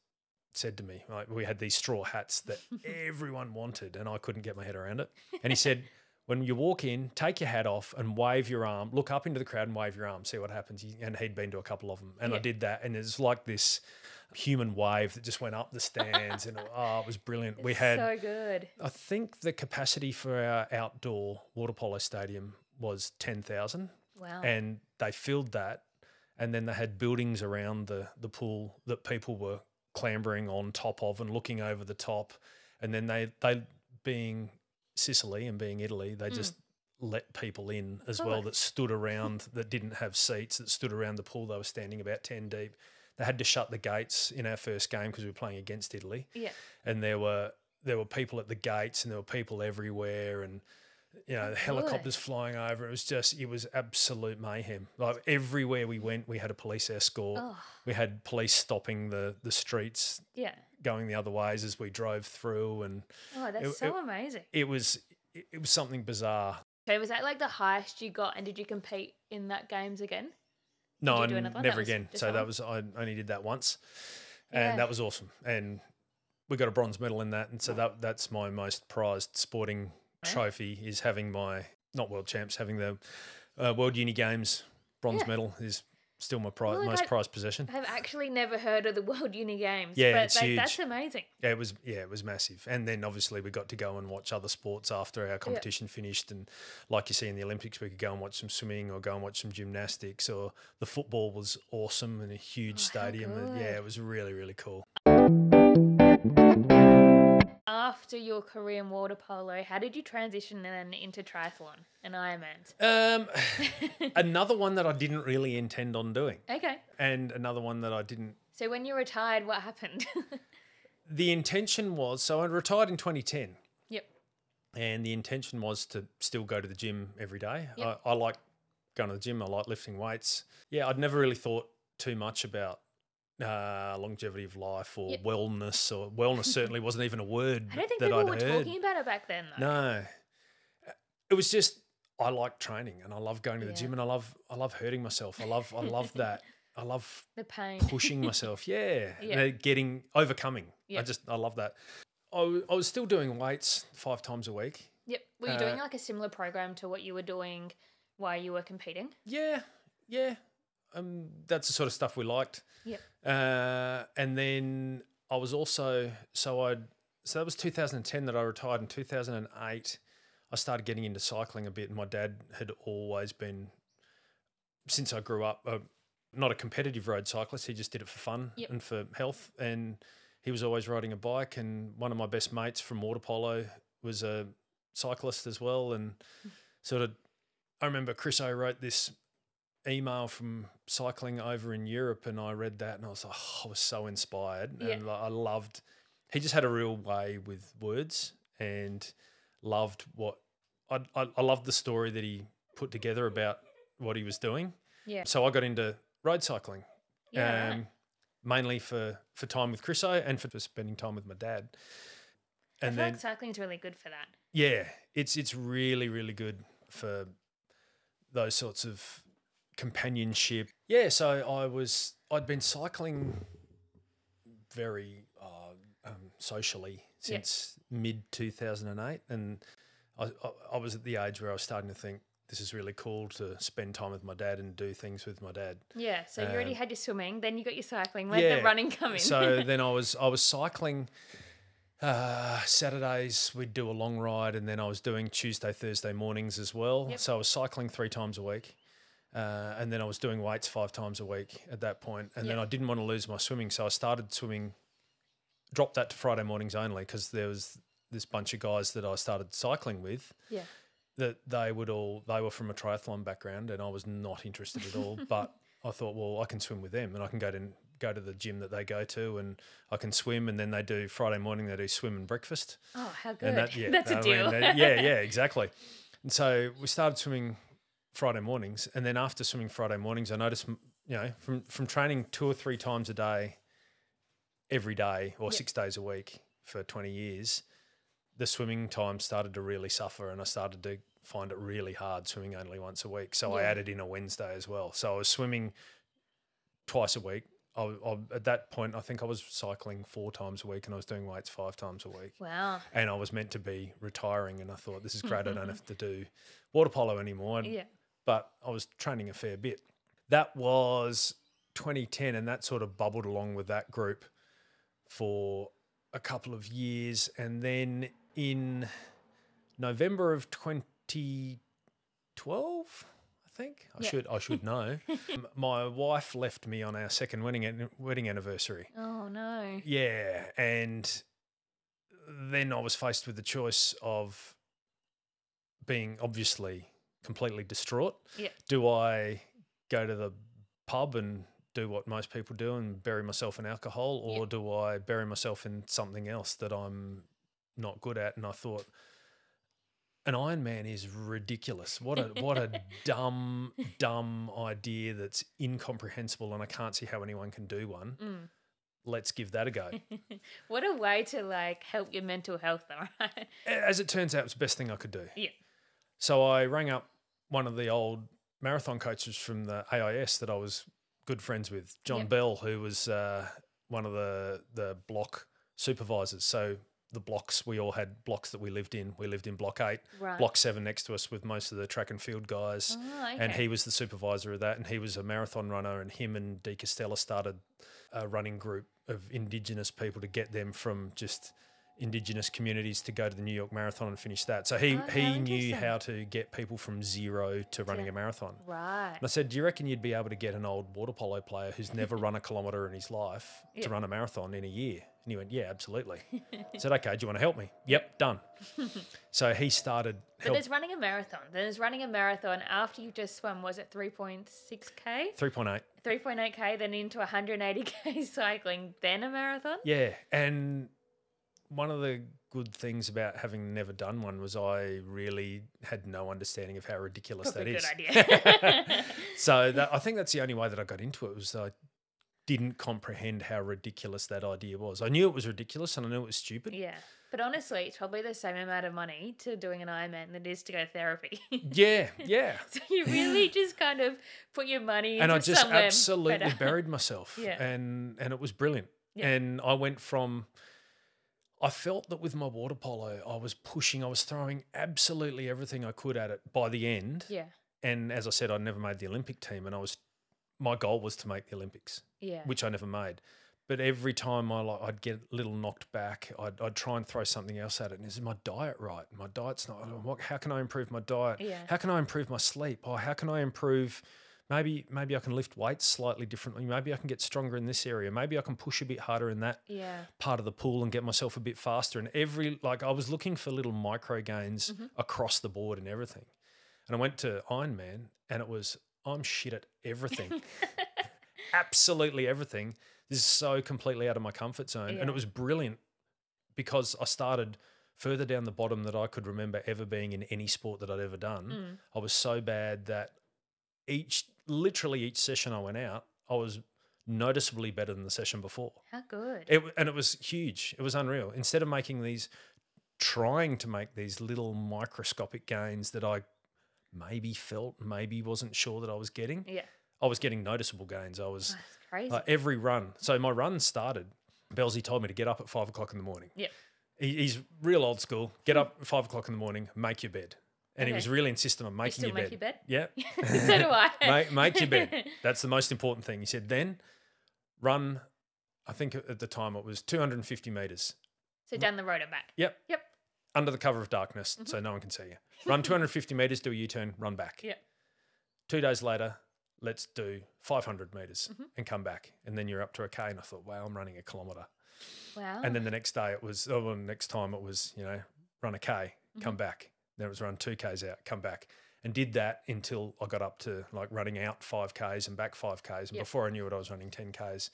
said to me, like, we had these straw hats that everyone wanted, and I couldn't get my head around it. And he said, when you walk in, take your hat off and wave your arm, look up into the crowd and wave your arm, see what happens. He- And he'd been to a couple of them. And I
Yeah.
did that. And it's like this human wave that just went up the stands. and oh, it was brilliant. we had,
so good.
I think the capacity for our outdoor water polo stadium was 10,000
Wow.
and they filled that and then they had buildings around the the pool that people were clambering on top of and looking over the top and then they they being Sicily and being Italy they just let people in as well
Right.
that stood around that didn't have seats that stood around the pool they were standing about 10 deep they had to shut the gates in our first game because we were playing against Italy
yeah.
and there were there were people at the gates and there were people everywhere and you know helicopters flying over it was just it was absolute mayhem like everywhere we went we had a police escort
Oh.
we had police stopping the the streets
Yeah.
going the other ways as we drove through and
Oh, that's
It-
so amazing.
it was it, it was something bizarre
So was that like the highest you got, and did you compete in that games again?
no
you do
I
another one? That
never
was
again
just
so
that
that
one?
was i only did that once
Yeah.
and that was awesome and we got a bronze medal in that and so that that's my most prized sporting
Wow.
trophy is having my not world champs having the uh, world uni games bronze
Yeah.
medal is still my pri-
Well, like
most
I-
prized possession
I've actually never heard of the World Uni Games.
Yeah,
but
it's
like,
huge.
that's amazing.
yeah it was yeah it was massive and then obviously we got to go and watch other sports after our competition finished and like you see in the olympics we could go and watch some swimming or go and watch some gymnastics or the football was awesome in a huge
Oh, how
stadium and yeah
good.
it was really really cool
After your career in water polo, how did you transition then into triathlon and Ironman?
Um, another one that I didn't really intend on doing,
Okay,
and another one that I didn't.
so when you retired, what happened?
The intention was so I retired in 2010,
yep.
and the intention was to still go to the gym every day.
Yep.
I, I like going to the gym. I like lifting weights. Yeah, I'd never really thought too much about uh, longevity of life or
Yep.
wellness. Or wellness certainly wasn't even a word
I don't think
that
people
I'd
were
heard.
talking about it back then. Though.
No, it was just I like training and I love going to the
Yeah.
gym and I love I love hurting myself. I love I love that. I love
The pain.
pushing myself. Yeah.
Yeah.
Uh, Getting overcoming.
Yeah.
I just I love that. I, w- I was still doing weights five times a week.
Yep. Were you doing
Uh,
like a similar program to what you were doing while you were competing?
Yeah. Yeah. Um, that's the sort of stuff we liked.
Yep.
Uh, and then I was also so I so that was 2010 that I retired. In 2008, I started getting into cycling a bit. And my dad had always been since I grew up uh, not a competitive road cyclist. He just did it for fun
Yep.
and for health. And he was always riding a bike. And one of my best mates from water polo was a cyclist as well. And sort of, I remember Chris O wrote this email from cycling over in Europe, and I read that, and I was like, oh, I was so inspired,
Yeah.
and like, I loved. He just had a real way with words, and loved what I, I, I loved the story that he put together about what he was doing.
Yeah.
So I got into road cycling,
Yeah. right.
um, mainly for for time with Chris O and for spending time with my dad.
I
And
feel
then
like cycling's really good for that.
yeah, it's it's really really good for those sorts of companionship. Yeah, so I was I'd been cycling very uh, um, socially
Yeah.
since mid two thousand and eight, and I, I I was at the age where I was starting to think this is really cool to spend time with my dad and do things with my dad.
Yeah. So you already
Um,
had your swimming, then you got your cycling, let
yeah,
the running come in.
so then I was I was cycling uh, Saturdays. We'd do a long ride, and then I was doing Tuesday, Thursday mornings as well.
Yep.
So I was cycling three times a week, uh, and then I was doing weights five times a week at that point. And then
Yep.
I didn't want to lose my swimming, so I started swimming. Dropped that to Friday mornings only because there was this bunch of guys that I started cycling with
yeah.
that they would all they were from a triathlon background and I was not interested at all. but I thought, well, I can swim with them and I can go to go to the gym that they go to and I can swim and then they do Friday morning they do swim and breakfast.
Oh, how good.
And that yeah,
That's
I
a
mean,
deal.
that- yeah, yeah, exactly. And so we started swimming Friday mornings and then after swimming Friday mornings I noticed m- you know from from training two or three times a day every day or
Yep.
6 days a week for 20 years the swimming time started to really suffer and I started to find it really hard swimming only once a week. So I
Yeah.
added in a Wednesday as well. So I was swimming twice a week. I, I, at that point, I think I was cycling four times a week and I was doing weights five times a week.
Wow.
And I was meant to be retiring and I thought, this is great. I don't have to do water polo anymore. And-
Mm-hmm. Yeah.
But I was training a fair bit. That was 2010 and that sort of bubbled along with that group for a couple of years. And then in November of 20 twelve. I think I
Yeah.
should I should know. M- My wife left me on our second wedding an- wedding anniversary.
Oh no.
Yeah, and then I was faced with the choice of being obviously completely distraught.
Yeah.
Do I go to the pub and do what most people do and bury myself in alcohol,
Yeah.
or do I bury myself in something else that I'm not good at? And I thought, an Iron Man is ridiculous. What a what a dumb dumb idea that's incomprehensible, and I can't see how anyone can do one.
Mm.
Let's give that a go.
What a way to like help your mental health, though, right?
As it turns out, it's the best thing I could do.
Yeah.
So I rang up one of the old marathon coaches from the AIS that I was good friends with, John
Yep.
Bell, who was uh, one of the the block supervisors. So the blocks we all had blocks that we lived in. We lived in block eight,
Right.
block seven next to us with most of the track and field guys
Oh, okay.
and he was the supervisor of that and he was a marathon runner and him and de Castella started a running group of indigenous people to get them from just indigenous communities to go to the new york marathon and finish that so he
Oh, how
he knew
interesting.
how to get people from zero to running a marathon
Right.
and i said do you reckon you'd be able to get an old water polo player who's never run a kilometre in his life
Yeah.
to run a marathon in a year and he went yeah absolutely i said okay do you want to help me yep done so he started
But
help,
there's running a marathon. There's running a marathon after you've just swum, was it 3.6K?
3.8
3.8K, then into 180K cycling, then a marathon?
Yeah, and one of the good things about having never done one was I really had no understanding of how ridiculous
Probably a
that is.
good idea.
so that, I think that's the only way that I got into it was I didn't comprehend how ridiculous that idea was. I knew it was ridiculous and I knew it was stupid.
yeah. But honestly, it's probably the same amount of money to doing an Ironman than it is to go therapy.
Yeah, yeah.
so you really just kind of put your money
and
into
I just
somewhere
absolutely
better.
buried myself.
Yeah.
And and it was brilliant.
Yeah.
And I went from I felt that with my water polo, I was pushing, I was throwing absolutely everything I could at it by the end.
Yeah.
And as I said, I never made the Olympic team and I was my goal was to make the Olympics,
Yeah.
which I never made. But every time I like, I'd get a little knocked back. I'd, I'd try and throw something else at it. And is my diet right? My diet's not. What, how can I improve my diet?
Yeah.
How can I improve my sleep? Or how can I improve? Maybe maybe I can lift weights slightly differently. Maybe I can get stronger in this area. Maybe I can push a bit harder in that
yeah.
part of the pool and get myself a bit faster. And every like I was looking for little micro gains
Mm-hmm.
across the board and everything. And I went to Ironman and it was I'm shit at everything. Absolutely everything. This is so completely out of my comfort zone. And
Yeah.
it was brilliant because I started further down the bottom that I could remember ever being in any sport that I'd ever done.
Mm.
I was so bad that each literally each session I went out, I was noticeably better than the session before.
How good.
It, w- and it was huge. It was unreal. Instead of making these, trying to make these little microscopic gains that I maybe felt, maybe wasn't sure that I was getting,
yeah. Oh,
I was getting noticeable gains. I was
That's crazy.
uh, every run. So my run started. Belzy told me to get up at five o'clock in the morning.
Yep.
He, he's real old school. Get up at five o'clock in the morning, make your bed. And he
Okay.
was really insistent on making
still
your
make
bed.
your bed?
Yeah.
so do I.
make, make your bed. That's the most important thing. He said, then run, I think at the time it was 250 meters.
so down the road and back.
Yep.
Yep.
Under the cover of darkness, so no one can see you. Run 250 meters, do a U turn, run back.
Yep.
Two days later, let's do 500 meters and come back. And then you're up to a K. And I thought, wow, I'm running a kilometer.
Wow.
And then the next day it was, oh, well, next time it was, you know, run a K, come back. Then it was run two Ks out, come back. And did that until I got up to like running out five Ks and back five Ks. And
Yep.
before I knew it, I was running 10 Ks.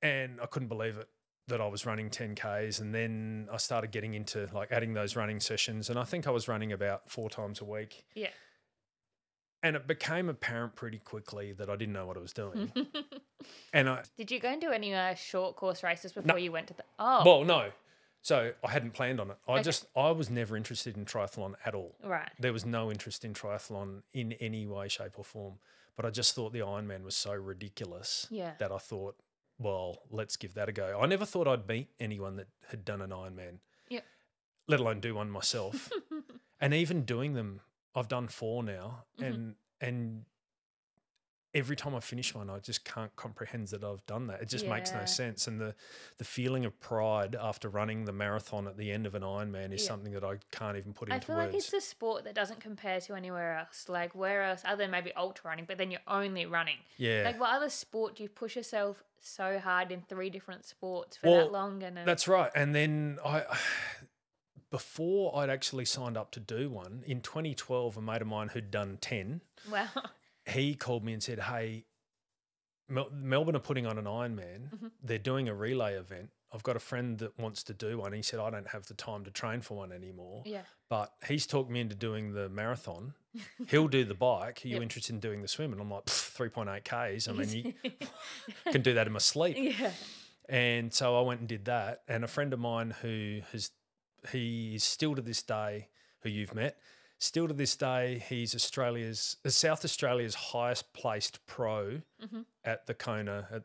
And I couldn't believe it that I was running 10 Ks. And then I started getting into like adding those running sessions. And I think I was running about four times a week.
yeah.
And it became apparent pretty quickly that I didn't know what I was
Hmm.
doing. and I,
Did you go and do any uh, short course races before you went to the? Oh,
Well, no. So I hadn't planned on it. I
Okay.
just I was never interested in triathlon at all.
right.
There was no interest in triathlon in any way, shape, or form. But I just thought the Ironman was so ridiculous
Yeah.
that I thought, well, let's give that a go. I never thought I'd meet anyone that had done an Ironman,
Yep.
let alone do one myself.
Mm-hmm.
and even doing them, I've done four now,
Mhm.
and and every time I finish one, I just can't comprehend that I've done that. It just makes
Yeah.
no sense. And the the feeling of pride after running the marathon at the end of an Ironman is
Yeah.
something that I can't even put
I
into
feel
words.
like it's a sport that doesn't compare to anywhere else. Like where else, other than maybe ultra running, but then you're only running.
yeah.
Like what other sport do you push yourself so hard in three different sports for
Well,
that long? And then-
That's right. And then I, before I'd actually signed up to do one in 2012, a mate of mine who'd done 10,
wow,
he called me and said, Hey, Mel- Melbourne are putting on an Ironman.
Mhm.
They're doing a relay event. I've got a friend that wants to do one. He said, I don't have the time to train for one anymore,
yeah,
but he's talked me into doing the marathon. He'll do the bike. Are you
Yep. interested
interested in doing the swim? And I'm like, "Pff, 3.8 Ks. I mean, you
you
can do that in my sleep.
yeah,
And so I went and did that. And a friend of mine who has, he is still to this day, who you've met, still to this day, he's Australia's, uh, South Australia's highest placed pro
Mhm.
at the Kona, at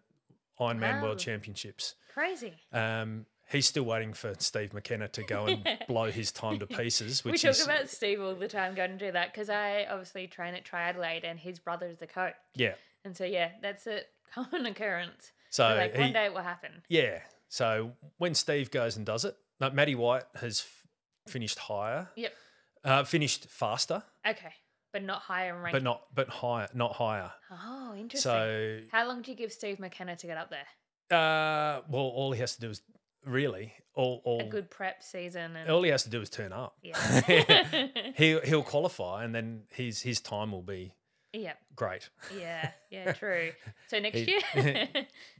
Ironman
Wow.
World Championships.
crazy.
Um, he's still waiting for Steve McKenna to go and blow his time to pieces, which
we talk
is,
about Steve all the time going to do that because I obviously train at Triadelaide and his brother is the coach,
yeah.
and so yeah, that's a common occurrence.
So
They're like
he,
one day it will happen.
yeah. So when Steve goes and does it, like Matty White has f- finished higher.
Yep.
Uh, finished faster.
Okay, but not higher in rank.
but not but higher not higher
oh, interesting.
so
How long do you give Steve McKenna to get up there?
uh well all he has to do is really all all,
A good prep season and
all he has to do is turn up
yeah,
he'll he'll qualify and then his his time will be
yeah,
great
yeah, yeah. True. So next
He-
year,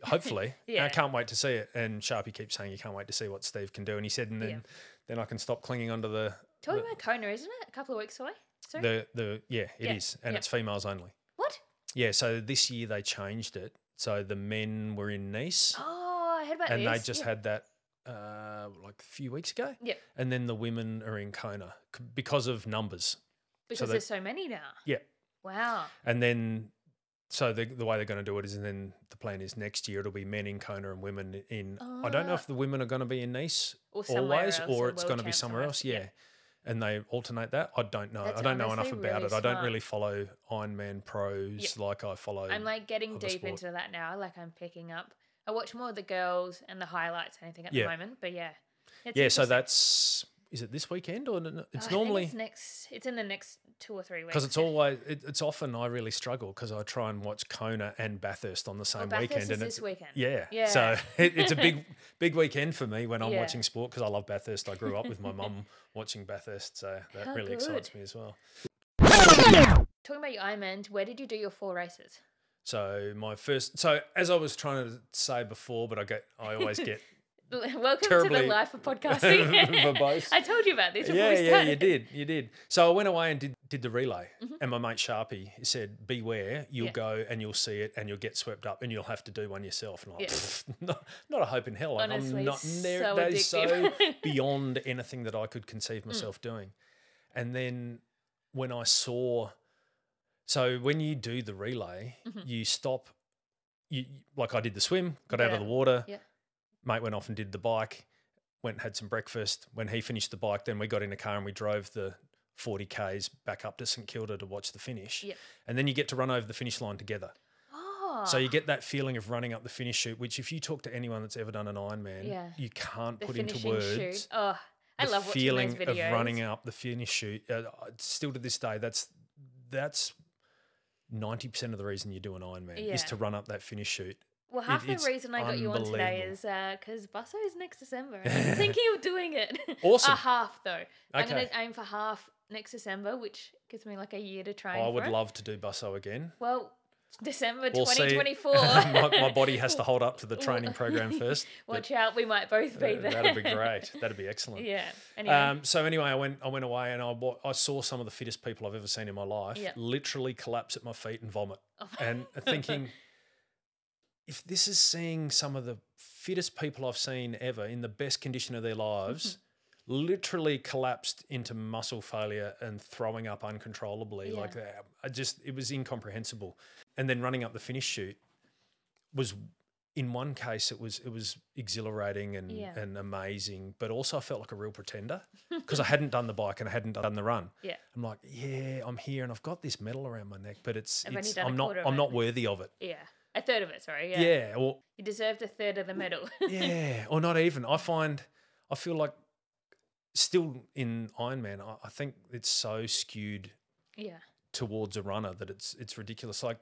hopefully
Yeah.
i can't wait to see it and sharpie keeps saying you can't wait to see what steve can do and he said and then
Yeah.
then i can stop clinging onto the
talking
the-
about Kona, isn't it? A couple of weeks away. Sorry.
the the yeah it is,
Yeah,
and
yeah.
it's females only
what?
yeah so this year they changed it so the men were in nice
Oh, I heard about
and
this.
they just
yeah.
had that uh like a few weeks ago
Yep.
and then the women are in Kona c- because of numbers.
because
they-
there's so many now.
Yeah.
Wow.
And then, so the, the way they're going to do it is, and then the plan is next year it'll be men in Kona and women in. I don't know
Ah.
if the women are going to be in Nice
Or somewhere
always,
else,
or it's
world
going to be
champs
somewhere else. Yeah. And they alternate that. I don't know.
That's
I don't know enough
honestly
about
really
it. I don't
smart.
really follow Ironman pros like I follow.
I'm like getting
of a
deep
sport.
into that now. Like I'm picking up. I watch more of the girls and the highlights. and Anything at
Yeah.
the moment, but yeah. It's
yeah. So
interesting.
that's is it this weekend or n-
Oh, I
it's
think
normally
it's next. It's in the next two or three weeks.
because it's always it, it's often I really struggle because I try and watch Kona and Bathurst on the
Well,
same
Oh, Bathurst
weekend
is
and it's
this weekend.
Yeah.
Yeah.
So it, it's a big, big weekend for me when I'm
Yeah.
watching sport because I love Bathurst. I grew up with my mum watching Bathurst, so that
How
really
good.
excites me as well.
Talking about your Ironmans, where did you do your four races?
So my first, so as I was trying to say before, but I get, I always get.
Welcome to the
Terribly
life of podcasting.
verbose.
I told you about this. Before
yeah,
we
yeah, you
started.
did, you did. So I went away and did, did the relay, and my mate Sharpie he said, "Beware, you'll
Mm-hmm. Yeah.
go and you'll see it, and you'll get swept up, and you'll have to do one yourself." And I'm like,
Yeah.
"Pfft, not, not a hope in hell. Like,
Honestly,
I'm not
so
there. That is so
addictive.
beyond anything that I could
Mm.
conceive myself doing. And then when I saw, so when you do the relay,
Mhm.
you stop. You like I did the swim, got out
Yeah.
of the water.
Yeah.
Mate went off and did the bike. Went and had some breakfast. When he finished the bike, then we got in a car and we drove the 40 k's back up to St Kilda to watch the finish.
Yeah.
And then you get to run over the finish line together.
Oh,
So you get that feeling of running up the finish chute, which if you talk to anyone that's ever done an Ironman,
Yeah.
you can't
the
put into
finishing
words
shoot. Oh, I
the
love watching
feeling
those videos.
of running up the finish chute. Uh, uh, still to this day, that's that's ninety percent of the reason you do an Ironman is
Yeah.
to run up that finish chute.
Well,
It-
half
it's
the reason I got you on today
unbelievable.
is because Busso is next December. and I'm thinking of doing it.
Awesome.
A half though. I'm gonna
Okay.
aim for half next December, which gives me like a year to train.
Oh, I would
for it.
love to do Busso again.
Well, December
We'll see.
2024.
my, my body has to hold up to the training program first.
Watch out, we might both
but,
be
uh,
there.
that'd be great. That'd be excellent.
yeah. Anyway,
Um, so anyway, I went. I went away, and I, wa- I saw some of the fittest people I've ever seen in my life.
Yeah.
Literally collapse at my feet and vomit,
Oh.
and thinking, if this is seeing some of the fittest people I've seen ever in the best condition of their lives,
Mm-hmm.
literally collapsed into muscle failure and throwing up uncontrollably,
Yeah.
like that. I just it was incomprehensible. And then running up the finish chute was in one case it was it was exhilarating and
Yeah.
and amazing, but also I felt like a real pretender because I hadn't done the bike and I hadn't done the run.
Yeah.
I'm like, yeah, I'm here and I've got this medal around my neck, but it's,
I've only
it's
done a
I'm not
quarter of
I'm
it.
not worthy of it.
Yeah. A third of it, sorry. Yeah.
Yeah, or
You deserved a third of the medal.
yeah, or not even. I find I feel like still in Ironman, I, I think it's so skewed
yeah.
towards a runner that it's it's ridiculous. Like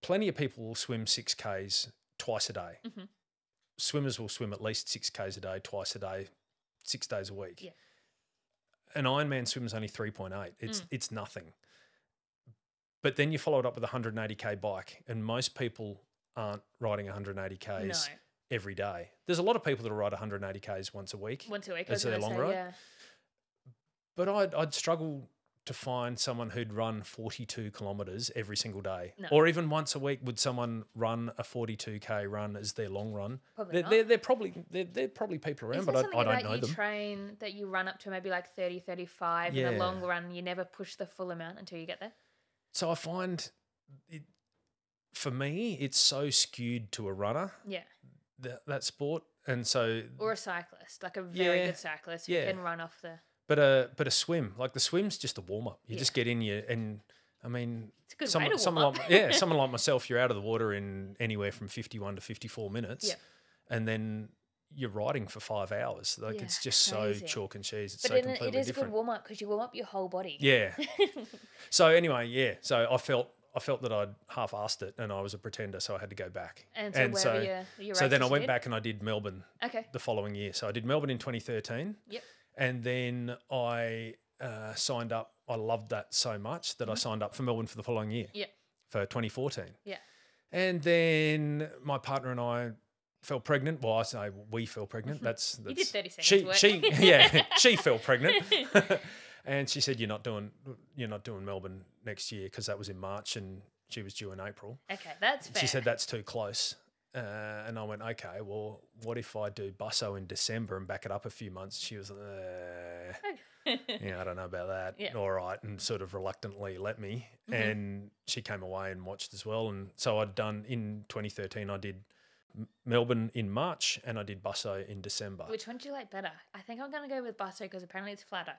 plenty of people will swim six k's twice a day.
Mhm.
Swimmers will swim at least six k's a day, twice a day, six days a week.
Yeah.
An Ironman swim is only three point eight. It's
Mm.
it's nothing. But then you follow it up with a hundred and eighty k bike, and most people aren't riding 180
No.
k's every day. There's a lot of people that will ride 180 k's once a week,
Once a week. I was
That's a
gonna
long
say,
ride?
Yeah.
but I'd, I'd struggle to find someone who'd run 42 kilometers every single day,
No.
or even once a week. Would someone run a 42k run as their long run?
Probably
They're,
not.
they're, they're probably they're, they're probably people around,
Is
but
there something
I, I don't
about
know
you
them.
train that you run up to maybe like 30, 35 in the
Yeah.
long run? You never push the full amount until you get there?
so I find it for me, it's so skewed to a runner
Yeah.
that, that sport, and so
Or a cyclist, like a very
Mm. Yeah.
good cyclist who
Yeah.
can run off the.
but a but a swim like the swim's just a warm up. You
Yeah.
just get in you and. I mean,
It's a good way
someone,
to
someone
warm
like
up.
yeah, someone like myself, you're out of the water in anywhere from 51 to 54 minutes,
Yep.
and then you're riding for five hours. Like
Yeah,
it's just so
crazy.
chalk and cheese. It's
but
so
it- it
completely
is a
different.
good warm up because you warm up your whole body.
yeah. so anyway, yeah. So I felt I felt that I'd half asked it, and I was a pretender, so I had to go back.
And so wherever your- your
so then I
races you
went
did?
back and I did Melbourne
Okay.
the following year. So I did Melbourne in 2013.
Yep.
And then I uh, signed up. I loved that so much that I signed up for Melbourne for the following year.
Mm-hmm. Yep.
For 2014.
Yeah.
And then my partner and I fell pregnant. Well, I say we fell pregnant. That's, that's
Mm-hmm. did 30 seconds
She,
work.
she, yeah, she fell pregnant. and she said, "You're not doing, you're not doing Melbourne next year because that was in March and she was due in April."
Okay. That's fair.
She said that's too close. Uh, and I went, okay, well, what if I do Busso in December and back it up a few months? She was, uh, yeah, I don't know about that.
Yeah. Mm-hmm.
All right. And sort of reluctantly let me. And she came away and watched as well. And so I'd done in 2013, I did M- Melbourne in March and I did Busso in December.
Which one do you like better? I think I'm going to go with Busso because apparently it's flatter.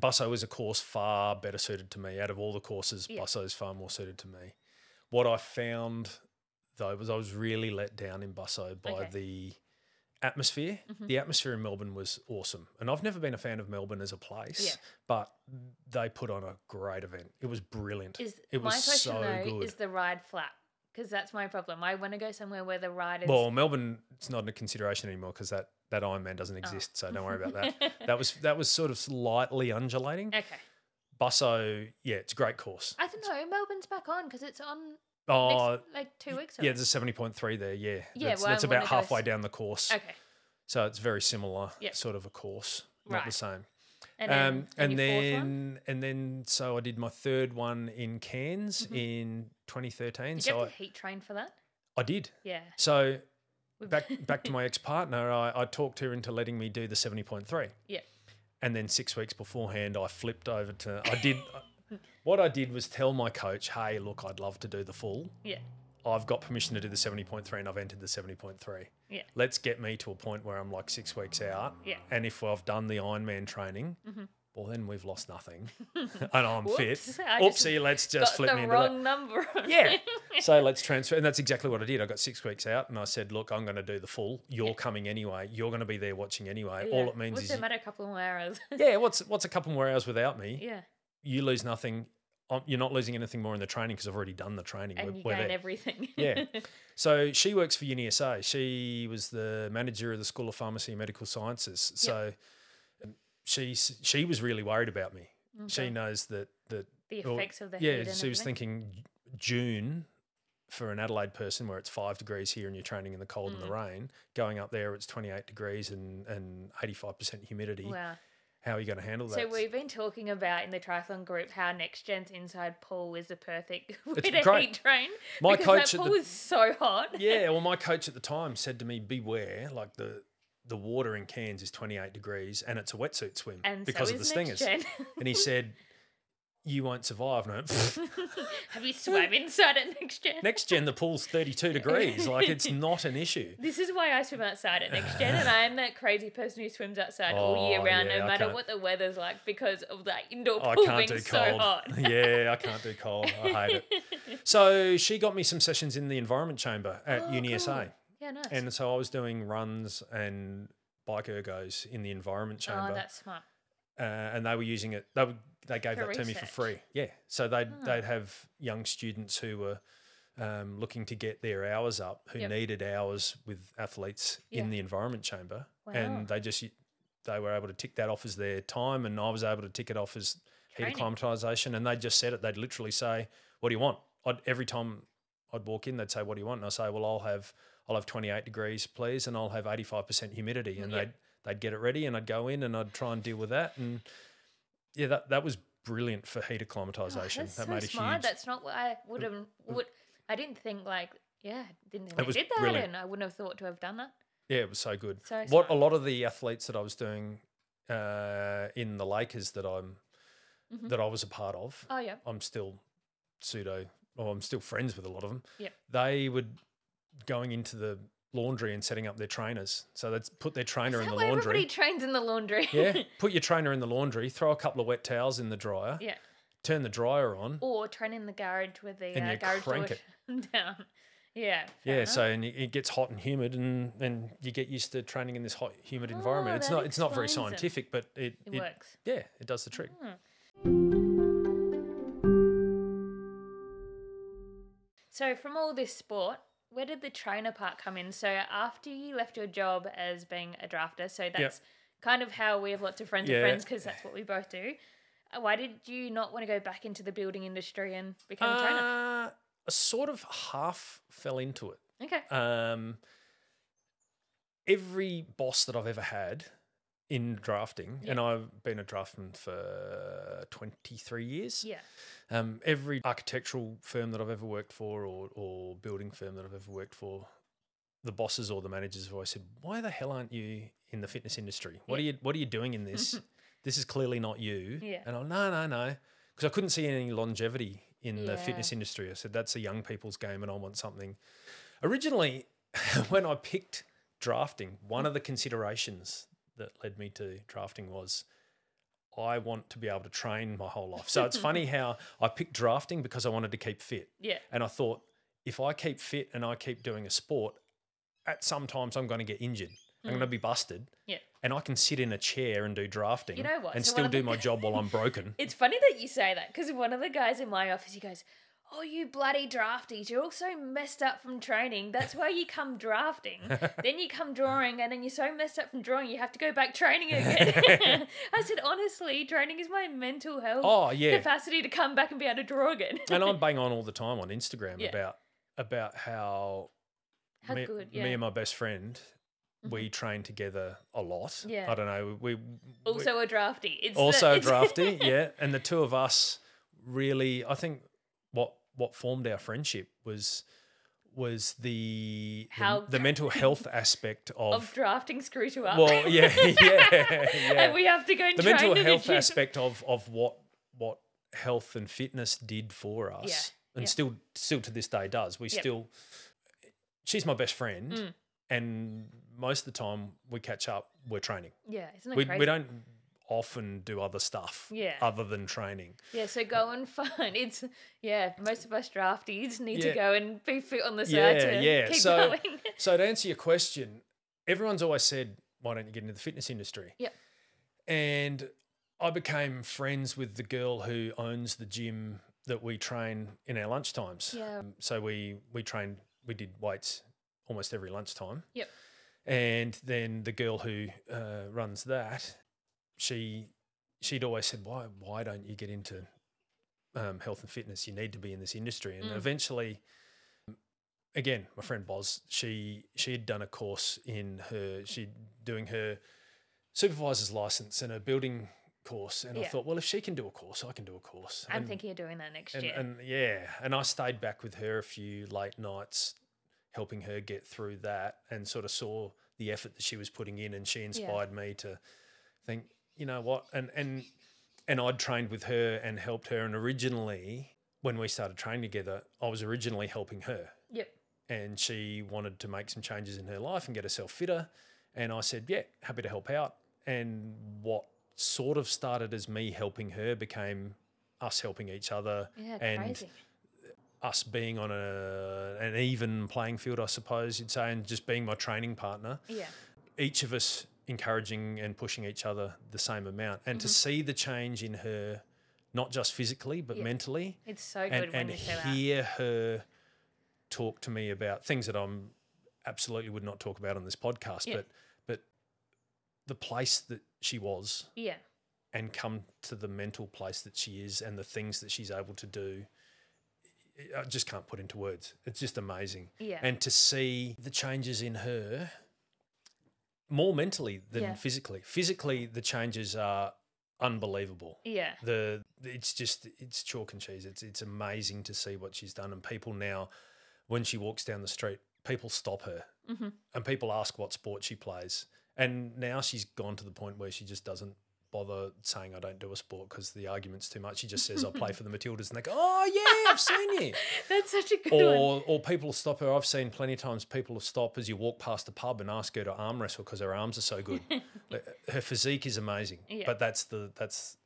Busso is a course far better suited to me. Out of all the courses,
Yeah.
Busso is far more suited to me. What I found though was I was really let down in Busso by
Okay. Mm-hmm.
the atmosphere. The atmosphere in Melbourne was awesome. And I've never been a fan of Melbourne as a place,
Yeah.
but they put on a great event. It was brilliant.
Is
it
my
was
question
so
though
good.
is the ride flat? Because that's my problem. I want to go somewhere where the ride is.
well, Melbourne it's not a consideration anymore because that that Ironman
Oh.
doesn't exist, so don't worry about that. that was that was sort of slightly undulating.
okay.
Busso, yeah, it's a great course.
I don't know. Melbourne's back on because it's on next,
Oh,
like two weeks.
Yeah, there's a seventy point three there. Yeah,
Yeah,
that's,
well,
that's
I wanna
about
go
halfway
s-
down the course.
Okay.
So it's very similar
Yep.
sort of a course, not the
Right.
same.
And then,
Um,
your
and
fourth one?
then and then so I did my third one in Cairns in
did Mm-hmm.
2013.
you
so
have
I,
to heat train for that?
I did.
Yeah.
So
We've-
back back to my ex partner, I, I talked her into letting me do the seventy point three.
Yeah.
And then six weeks beforehand, I flipped over to I did. what I did was tell my coach, "Hey, look, I'd love to do the full.
Yeah.
I've got permission to do the 70.3 and I've entered the 70.3.
Yeah.
Let's get me to a point where I'm like six weeks out.
Yeah.
And if I've done the Ironman training, well, then we've lost nothing and I'm fit.
Mm-hmm. Whoops, I just
Oopsie, let's just
Got
flip
the
me into that.
wrong number.
Yeah. so let's transfer. And that's exactly what I did. I got six weeks out and I said, look, I'm going to do the full. You're coming anyway. You're going to be there watching anyway. All it means
What's
is,
the
you-
matter? A couple more hours.
yeah, what's, what's a couple more hours without me?
yeah.
You lose nothing. I'm, you're not losing anything more in the training because I've already done the training.
And
We're-
you
we're
gain
there.
everything.
Yeah. So she works for UniSA. She was the manager of the School of Pharmacy and Medical Sciences. So um, she s- she was really worried about me. She knows that that
the
or-
effects of the
yeah.
heat. and
she was
everything.
thinking J- June for an Adelaide person where it's five degrees here and you're training in the cold
Hmm.
and the rain. Going up there, it's 28 degrees and and 85 percent humidity.
Wow.
How are you going to handle that?
So we've been talking about in the triathlon group how next gen's inside pool is the perfect way
It's
to
great.
heat train.
My
because
coach
that
at
pool
the-
is so hot.
yeah, well, my coach at the time said to me, "Beware, like the the water in Cairns is 28 degrees and it's a wetsuit swim
And
because
so
of the
is
stingers."
next gen.
and he said, you won't survive. And I went,
Have you swam inside it next gen?
next gen, the pool's 32 degrees. Like it's not an issue.
This is why I swim outside at next gen, and I'm that crazy person who swims outside all year
Oh,
round,
yeah,
no
I
matter
can't- Oh,
what the weather's like, because of that indoor
I
pool
can't
being
do
so
cold.
hot.
yeah, I can't do cold. I hate it. So she got me some sessions in the environment chamber at
Oh,
UniSA.
cool. Yeah, nice.
And so I was doing runs and bike ergos in the environment chamber.
oh, that's smart.
uh, and they were using it. They were, they gave
For
that to me for
research.
free. Yeah, so they'd
Ah.
they'd have young students who were um, looking to get their hours up, who
Yep.
needed hours with athletes
Yeah.
in the environment chamber,
Wow.
and they just they were able to tick that off as their time, and I was able to tick it off as heat
Training.
acclimatization. And they just said it. They'd literally say, "What do you want?" I'd, every time I'd walk in, they'd say, "What do you want?" And I say, "Well, I'll have I'll have 28 degrees, please, and I'll have 85% humidity." And
Yep.
they'd they'd get it ready, and I'd go in and I'd try and deal with that. And yeah, that that was brilliant for heat
Oh,
acclimatization.
that's
that
so
made a
smart.
huge.
That's not what I would have. Would I didn't think like yeah, didn't think
It
I
was
did that,
brilliant.
and I wouldn't have thought to have done that.
yeah, it was so good.
So
what
smart.
a lot of the athletes that I was doing uh, in the Lakers that I'm
Mhm.
that I was a part of,
Oh yeah,
I'm still pseudo, or I'm still friends with a lot of them.
Yep.
they would going into the laundry and setting up their trainers. So they'd put their trainer
Is that
in the
why everybody
laundry.
trains in the laundry.
yeah, put your trainer in the laundry, throw a couple of wet towels in the dryer,
Yeah.
turn the dryer on.
Or train in the garage with the
And
uh,
you
garage
crank
door
it.
shut down. Yeah. fair
Yeah,
enough.
so and it it gets hot and humid, and and you get used to training in this hot, humid
Oh,
environment. It's
that
not it's not very
explains it.
scientific, but it,
it, works. Mm,
Yeah, it does the trick.
So from all this sport, where did the trainer part come in? So after you left your job as being a drafter, so that's kind of how we have lots of friends
Yeah.
of friends because that's what we both do. Uh, Why did you not want to go back into the building industry and become a trainer?
Uh, I sort of half fell into it.
Okay.
Um, every boss that I've ever had in drafting,
Yeah.
and I've been a draftman for twenty three years.
Yeah.
Um, every architectural firm that I've ever worked for, or or building firm that I've ever worked for, the bosses or the managers have always said, "Why the hell aren't you in the fitness industry? What are you What are you doing in this? this is clearly not you."
Yeah.
And I'm no, no, no, because I couldn't see any longevity in the
Yeah.
fitness industry. I said that's a young people's game, and I want something. Originally, when I picked drafting, one of the considerations that led me to drafting was I want to be able to train my whole life. So it's funny how I picked drafting because I wanted to keep fit.
Yeah.
And I thought, if I keep fit and I keep doing a sport, at some times I'm going to get injured. I'm going to be busted.
Yeah.
And I can sit in a chair and do drafting
know what?
and
So one
still
of the-
do my job while I'm broken.
It's funny that you say that because one of the guys in my office, he goes, Oh, you bloody drafties. You're all so messed up from training. That's why you come drafting. then you come drawing, and then you're so messed up from drawing, you have to go back training again. I said, Honestly, training is my mental health
Oh, yeah.
capacity to come back and be able to draw again.
and I'm bang on all the time on Instagram
Yeah.
about about how
How
me,
good.
me
Yeah. Mm-hmm.
and my best friend we train together a lot.
Yeah.
I don't know. We, we
also a drafty. It's the-
also
it's-
drafty, yeah. And the two of us really, I think what what formed our friendship was was the the-
How
the, mental health aspect
of
of,
drafting screws you up.
well, yeah, yeah, yeah.
and we have to go and
the
train
mental
to
health
the gym.
aspect of of what what health and fitness did for us, and
yeah.
still still to this day does. We
Yep.
still, she's my best friend,
Mm.
and most of the time we catch up, we're training.
Yeah, isn't it
We,
crazy?
we don't often do other stuff
Yeah.
other than training.
Yeah, so go and find it's yeah. Most of us draftees need
Yeah.
to go and be fit on the side
Yeah,
to
yeah,
keep
so-
going.
So to answer your question, everyone's always said, "Why don't you get into the fitness industry?"
Yep.
And I became friends with the girl who owns the gym that we train in our lunchtimes.
Yeah.
Um, So we we trained, we did weights almost every lunchtime.
Yep.
And then the girl who uh, runs that, she she'd always said, "Why why don't you get into um, health and fitness? You need to be in this industry." And
Mm.
eventually, again, my friend Boz, she she had done a course in her she doing her supervisor's license and her building course, and I
Yeah.
thought, well, if she can do a course, I can do a course.
I'm
and,
thinking of doing that next
and,
year.
and yeah, and I stayed back with her a few late nights, helping her get through that, and sort of saw the effort that she was putting in, and she inspired me to think, you know what, and and and I'd trained with her and helped her. And originally, when we started training together, I was originally helping her,
Yep.
and she wanted to make some changes in her life and get herself fitter. And I said, Yeah, happy to help out. And what sort of started as me helping her became us helping each other
Yeah,
and
crazy.
us being on a, an even playing field, I suppose you'd say, and just being my training partner
Yeah.
each of us encouraging and pushing each other the same amount and to see the change in her not just physically but
Mm-hmm. Yeah.
mentally
It's so good
and,
when
and
you say
hear her talk to me about things that I'm absolutely would not talk about on this podcast
Yeah.
but but the place that she was
that. Yeah.
and come to the mental place that she is and the things that she's able to do I just can't put into words it's just amazing
Yeah.
and to see the changes in her more mentally than
Yeah.
physically physically the changes are unbelievable
yeah.
the it's just it's chalk and cheese it's it's amazing to see what she's done and people now when she walks down the street people stop her
Mhm.
and people ask what sport she plays and now she's gone to the point where she just doesn't bother saying i don't do a sport because the argument's too much she just says i play for the matildas and they go oh yeah i've seen you
That's such a good one.
or or people will stop her. I've seen plenty of times people will stop as you walk past a pub and ask her to arm wrestle because her arms are so good. Like, her physique is amazing,
Yeah.
but that's the that's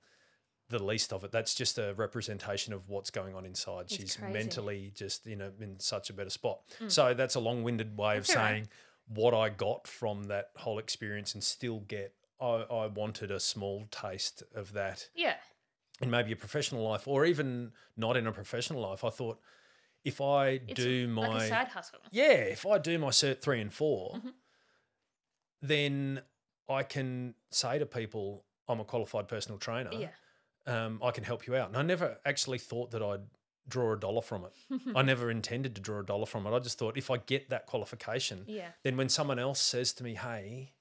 the least of it. That's just a representation of what's going on inside.
It's
She's
crazy. Mm.
mentally just you know in such a better spot. So that's a long-winded way
That's
of
all right.
saying what I got from that whole experience and still get. I, I wanted a small taste of that
Yeah.
in maybe a professional life or even not in a professional life, I thought if I
It's
do my
like a side Mm-hmm. hustle.
yeah, if I do my cert three and 4 then I can say to people, I'm a qualified personal trainer.
Yeah.
Um, I can help you out. And I never actually thought that I'd draw a dollar from it. I never intended to draw a dollar from it. I just thought if I get that qualification,
Yeah.
then when someone else says to me, Hey,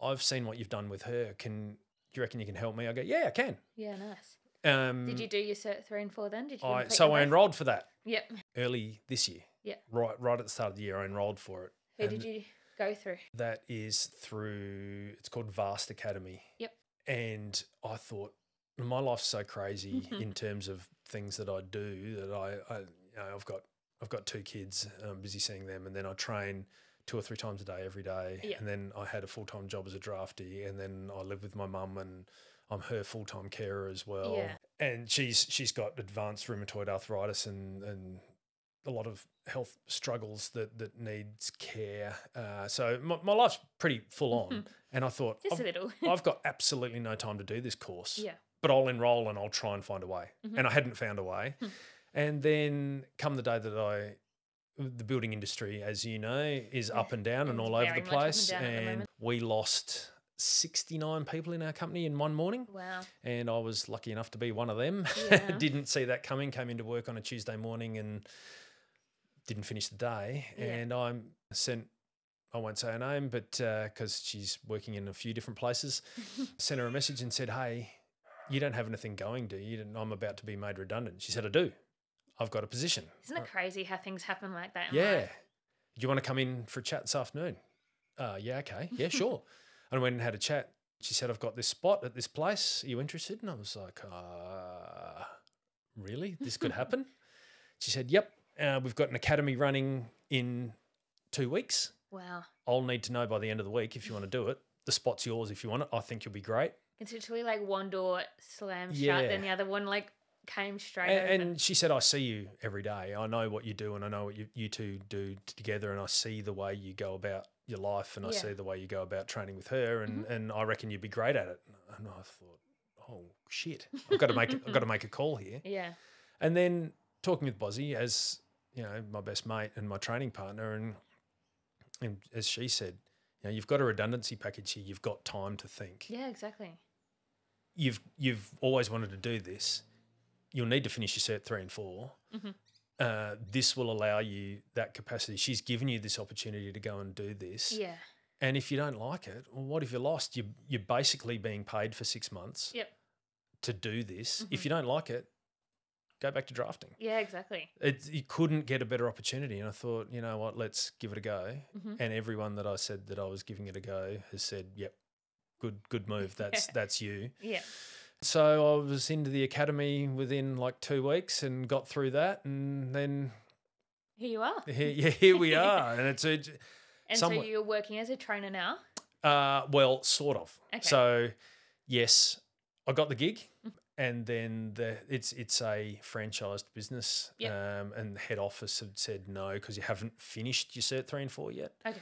I've seen what you've done with her, can do you reckon you can help me? I go, Yeah, I can.
Yeah. Nice.
Um,
Did you do your cert three and four then? Did you?
I,
complete
so
them
I
both?
enrolled for that
Yep.
early this year.
Yeah.
Right, right at the start of the year, I enrolled for it.
Who
and
did you go through?
That is through. It's called Vast Academy.
Yep.
And I thought my life's so crazy in terms of things that I do that I, I you know, I've got I've got two kids. I'm busy seeing them, and then I train two or three times a day every day.
Yeah.
And then I had a full time job as a drafty, and then I live with my mum, and I'm her full time carer as well.
Yeah.
And she's she's got advanced rheumatoid arthritis and and a lot of health struggles that that needs care. Uh, so my, my life's pretty full on, and I thought
Mm-hmm. Just a
I've,
little.
I've got absolutely no time to do this course
yeah.
but I'll enroll and I'll try and find a way.
Mhm.
And I hadn't found a way.
Hmm.
and then come the day that I, the building industry, as you know, is
Yeah.
up and down and
It's
all over
very
the
much up and
place.
down at the
And
moment.
we lost 69 people in our company in one morning.
Wow.
And I was lucky enough to be one of them.
Yeah.
didn't see that coming, came into work on a Tuesday morning and didn't finish the day.
Yeah.
And I'm sent. I won't say her name, but because she's working in a few different places, sent her a message and said, "Hey, you don't have anything going, do you? And I'm about to be made redundant." She said, "I do. I've got a position."
Isn't it crazy how things happen like that? In
yeah.
Life?
Do you want to come in for a chat this afternoon? Uh, yeah. Okay. Yeah. Sure. and I went and had a chat. She said, "I've got this spot at this place. Are you interested?" And I was like, uh, "Really? This could happen?" she said, "Yep. Uh, we've got an academy running in two weeks."
Wow.
I'll need to know by the end of the week if you want to do it. The spot's yours if you want it. I think you'll be great.
It's literally like one door slammed shut,
Yeah.
then the other one like came straight open.
And, and she said, I see you every day. I know what you do and I know what you, you two do t- together. And I see the way you go about your life and I
Yeah.
see the way you go about training with her. And, and I reckon you'd be great at it. And I thought, oh, shit. I've got to make, I've got to make a call here.
yeah.
And then talking with Bozzy as you know my best mate and my training partner, and and as she said, you know you've got a redundancy package here. You've got time to think.
Yeah, exactly.
You've you've always wanted to do this. You'll need to finish your set three and 4
Mhm.
Uh, this will allow you that capacity. She's given you this opportunity to go and do this.
Yeah.
And if you don't like it, well, what have you lost? You you're basically being paid for six months
Yep. Mm-hmm.
to do this. If you don't like it, go back to drafting
Yeah, exactly.
it, you couldn't get a better opportunity. And I thought, you know what, let's give it a go.
Mhm.
And everyone that I said that I was giving it a go has said, yep, good, good move. That's,
Yeah.
that's you.
Yeah.
So I was into the academy within like two weeks and got through that, and then
Here you are.
here, yeah, here we are. And it's a,
And
Somewhat.
so you're working as a trainer now.
uh, well, sort of.
Okay.
So yes, I got the gig, and then the it's it's a franchised business,
Yep.
um, and the head office had said no because you haven't finished your cert three and four yet.
Okay.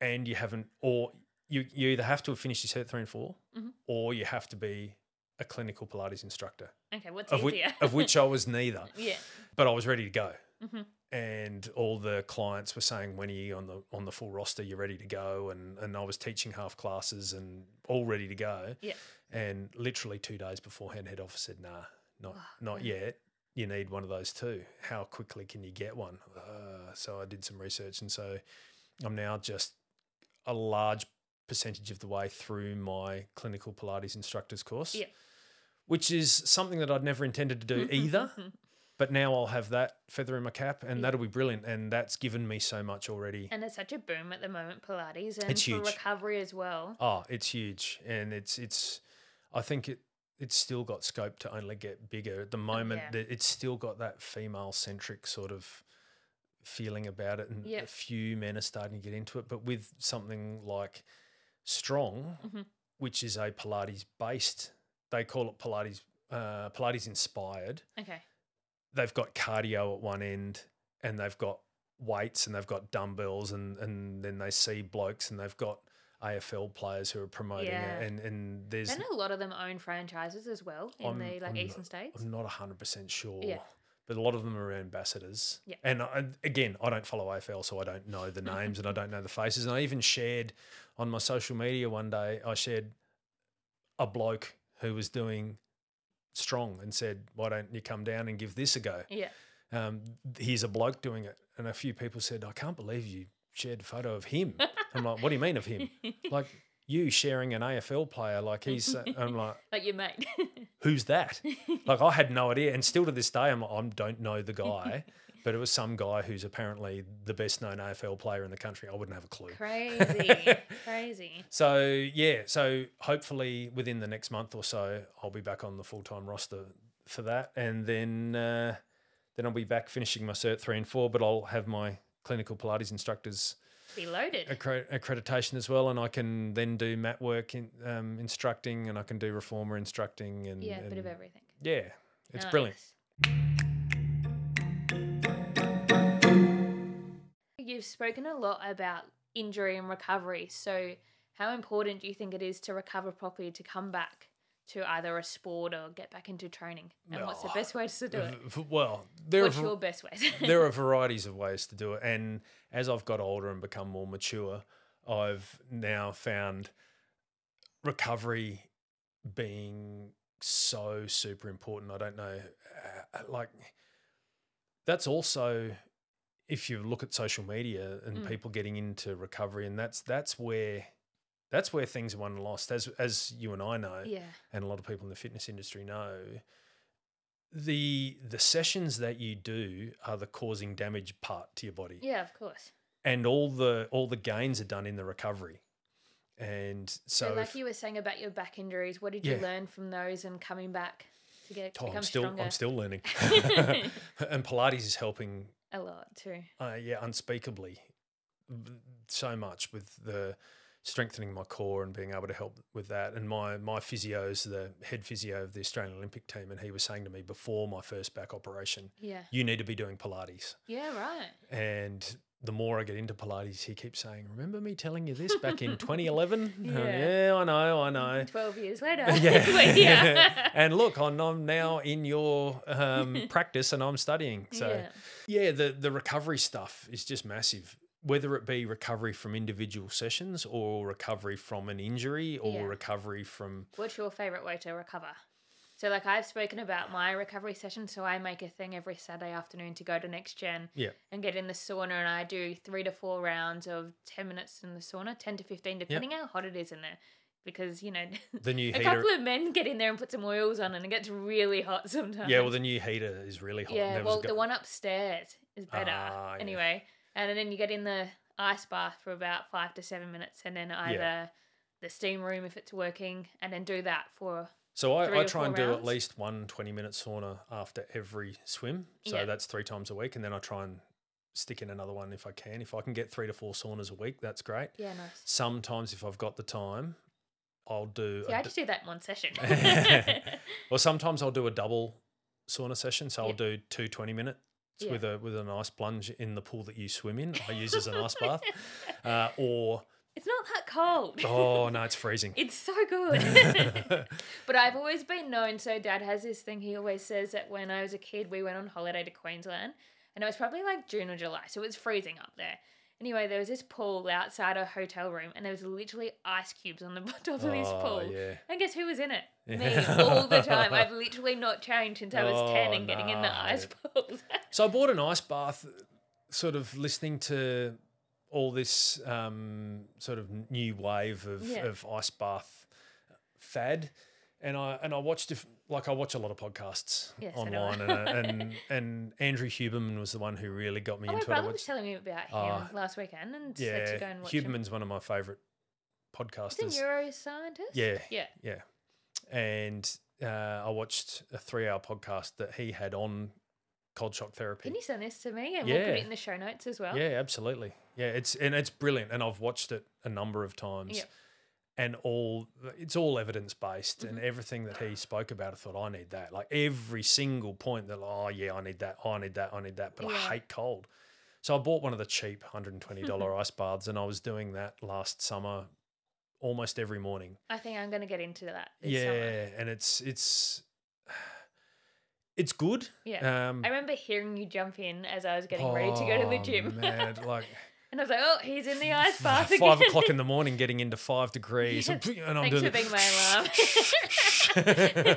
and you haven't, or you, you either have to have finished your cert three and 4
Mhm.
or you have to be a clinical Pilates instructor,
Okay. What's
of which,
easier?
of which I was neither,
yeah.
but I was ready to go.
Mhm.
And all the clients were saying, "When are you on the on the full roster? You're ready to go." And and I was teaching half classes and all ready to go.
Yeah.
And literally two days beforehand, head office said, "Nah, not
Oh,
not yet. You need one of those too. How quickly can you get one?" Uh, so I did some research, and so I'm now just a large percentage of the way through my clinical Pilates instructors course,
Yeah. Mm-hmm,
which is something that I'd never intended to do either. But now I'll have that feather in my cap, and
Yeah.
that'll be brilliant. And that's given me so much already.
And it's such a boom at the moment, Pilates, and
It's
for
huge.
recovery as well.
Oh, it's huge, and it's it's. I think it it's still got scope to only get bigger. At the moment,
Oh, yeah.
that it's still got that female centric sort of feeling about it, and
Yep.
a few men are starting to get into it. But with something like Strong,
Mhm.
which is a Pilates based, they call it Pilates uh, Pilates inspired.
Okay.
They've got cardio at one end, and they've got weights, and they've got dumbbells, and and then they see blokes, and they've got AFL players who are promoting
Yeah.
it, and and there's
And a lot of them own franchises as well in
I'm-
the like
I'm-
eastern states.
I'm not hundred percent sure.
Yeah.
But a lot of them are ambassadors.
Yeah.
And I, again, I don't follow AFL, so I don't know the names and I don't know the faces. And I even shared on my social media one day, I shared a bloke who was doing strong and said, Why don't you come down and give this a go?
yeah.
Um, here's a bloke doing it. And a few people said, I can't believe you shared a photo of him. I'm like, What do you mean of him? like, you sharing an AFL player, like he's, I'm like,
Like your mate.
who's that? like I had no idea, and still to this day, I'm I don't know the guy, but it was some guy who's apparently the best known AFL player in the country. I wouldn't have a clue.
Crazy. Crazy.
So yeah, so hopefully within the next month or so, I'll be back on the full time roster for that, and then uh, then I'll be back finishing my cert three and four, but I'll have my clinical Pilates instructors
Be loaded.
accre- accreditation as well, and I can then do mat work in, um, instructing, and I can do reformer instructing, and
Yeah, a bit of
and-
everything.
yeah, it's brilliant.
You've spoken a lot about injury and recovery. So, how important do you think it is to recover properly to come back to either a sport or get back into training? And what's the
Oh,
best ways to do it?
V- Well, there
What's
are,
your best ways?
there are varieties of ways to do it, and as I've got older and become more mature, I've now found recovery being so super important. I don't know, uh, like that's also if you look at social media and
Mm.
people getting into recovery, and that's that's where that's where things are won and lost, as as you and I know
yeah.
and a lot of people in the fitness industry know the the sessions that you do are the causing damage part to your body
Yeah, of course.
and all the all the gains are done in the recovery and
So,
so,
like
if-
you were saying about your back injuries, what did
Yeah.
you learn from those and coming back to get
Oh,
become
I'm still
stronger?
I'm still learning and pilates is helping
a lot too.
uh, yeah unspeakably b- so much with the strengthening my core and being able to help with that and my my physio's the head physio of the Australian Olympic team and he was saying to me before my first back operation
Yeah.
you need to be doing Pilates.
Yeah. Right.
And the more I get into Pilates, he keeps saying, Remember me telling you this back in 2011? And,
Yeah.
yeah, I know, I know.
12 years later.
yeah.
We're here.
and look, I'm, I'm now in your um, practice and I'm studying. So,
Yeah.
yeah, the, the recovery stuff is just massive. Whether it be recovery from individual sessions or recovery from an injury or
Yeah.
recovery from
What's your favorite way to recover? So, like, I've spoken about my recovery session. So, I make a thing every Saturday afternoon to go to Next Gen
Yeah.
and get in the sauna. And I do three to four rounds of 10 minutes in the sauna, 10 to 15, depending how hot it is in there. Because, you know,
the new
a
heater.
couple of men get in there and put some oils on, and it gets really hot sometimes.
Yeah, well, the new heater is really hot.
Yeah,
There was
well,
a gu-
the one upstairs is better.
Ah, yeah.
Anyway, and then you get in the ice bath for about five to seven minutes, and then either the steam room if it's working, and then do that for
So I,
Three
I
or
try and
four
do at
rounds?
least one 20 minute sauna after every swim. So
Yeah.
that's three times a week. And then I try and stick in another one if I can. If I can get three to four saunas a week, that's great.
Yeah, nice.
Sometimes if I've got the time, I'll do.
See,
a
I
d-
just do that in one session.
Well, sometimes I'll do a double sauna session. So I'll
Yeah.
do two 20 minutes
Yeah.
with a with an ice plunge in the pool that you swim in. I use as an ice bath. Uh, or
It's not that cold.
oh no, it's freezing.
It's so good. But I've always been known. So dad has this thing. He always says that when I was a kid, we went on holiday to Queensland, and it was probably like June or July, so it was freezing up there. Anyway, there was this pool outside our hotel room, and there was literally ice cubes on the top of this
Oh,
pool.
yeah.
And guess who was in it?
Yeah.
Me all the time. I've literally not changed since I was ten
Oh,
and getting in the
no.
ice pools.
So I bought an ice bath, sort of listening to all this um, sort of new wave of,
Yeah.
of ice bath fad, and I and I watched if, like I watch a lot of podcasts
Yes, I know.
online, and, I- and and Andrew Huberman was the one who really got me
oh, my
into it. I
brother was
watched,
telling me about him
Oh,
last weekend, and said to go
yeah,
and watch him.
Huberman's one of my favorite
He's
podcasters.
a neuroscientist.
Yeah,
Yeah.
yeah. And uh, I watched a three-hour podcast that he had on cold shock therapy.
Can you send this to me, and we'll put
Yeah.
it in the show notes as well?
Yeah, absolutely. Yeah, it's and it's brilliant, and I've watched it a number of times.
Yep.
And all it's all evidence based,
Mm-hmm.
and everything that he spoke about, I thought I need that. Like every single point that, oh yeah, I need that, I need that, I need that. But I
Yeah.
hate cold, so I bought one of the cheap hundred and twenty dollar ice baths, and I was doing that last summer, almost every morning.
I think I'm going to get into that. This
yeah,
Summer.
and it's it's it's good.
Yeah.
Um,
I remember hearing you jump in as I was getting ready to go to the
oh,
gym.
man, like.
and I was like, oh, he's in the ice bath again.
five o'clock in the morning, getting into five degrees,
Yeah.
and, and I'm
Thanks
doing
for
it.
being my alarm.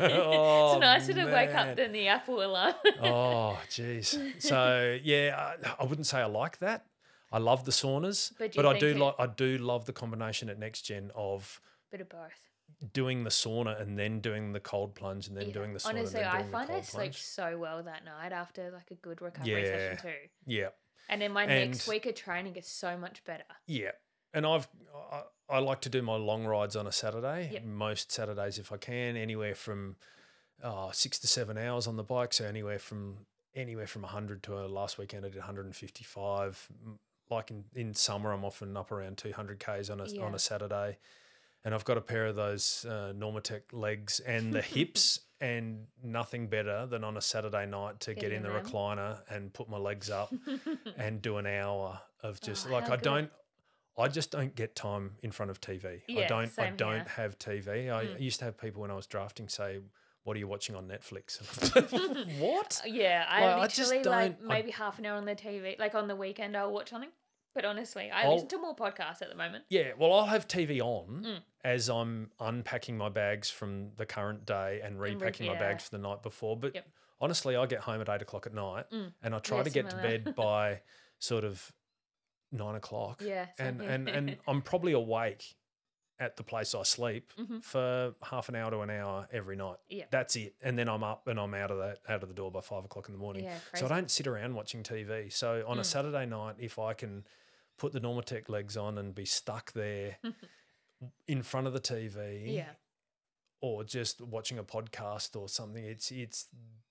it's
Oh,
nicer to wake
man.
up than the Apple alarm.
oh, jeez. So yeah, I, I wouldn't say I like that. I love the saunas,
But
but,
do you
I do
think it-
like I do love the combination at Next Gen of
Bit of both.
doing the sauna and then doing the cold plunge and then
Yeah.
doing the sauna. and
Honestly,
then
I
doing the
find I
cold
sleep
plunge.
so well that night after like a good recovery
Yeah.
session too.
Yeah,
And then my next
And-
week of training is so much better.
yeah. And I've I, I like to do my long rides on a Saturday,
Yep.
most Saturdays if I can, anywhere from uh, six to seven hours on the bike. So anywhere from anywhere from 100 to uh, last weekend I did 155. M- Like in, in summer, I'm often up around 200 k's on a on
Yeah.
a Saturday, and I've got a pair of those uh, Normatec legs and the hips, and nothing better than on a Saturday night to get
Getting
in the
around.
recliner and put my legs up and do an hour of just
Oh,
like
how
I
good.
don't. I just don't get time in front of TV. I
Yeah,
don't. I
same
don't
here.
have TV. I
Mm.
used to have people when I was drafting say, "What are you watching on Netflix?" what?
Uh, Yeah, I
Like, I just
literally like
don't- I-
maybe half an hour on the TV, like on the weekend, I'll watch something. But honestly, I
I'll-
listen to more podcasts at the moment.
Yeah. Well, I'll have TV on
Mm.
as I'm unpacking my bags from the current day and
re-
repacking my
yeah.
bags for the night before. But
Yep.
honestly, I get home at eight o'clock at night
Mm.
and I try
Yeah,
to get to
similar.
bed by sort of nine o'clock.
Yeah, same
and
here.
and and I'm probably awake at the place I sleep
Mhm.
for half an hour to an hour every night.
Yeah.
that's it. And then I'm up and I'm out of that out of the door by five o'clock in the morning.
Yeah,
so I
crazy. Mm.
don't sit around watching TV. So on a Saturday night, if I can put the Normatec legs on and be stuck there in front of the TV,
Yeah.
or just watching a podcast or something, it's it's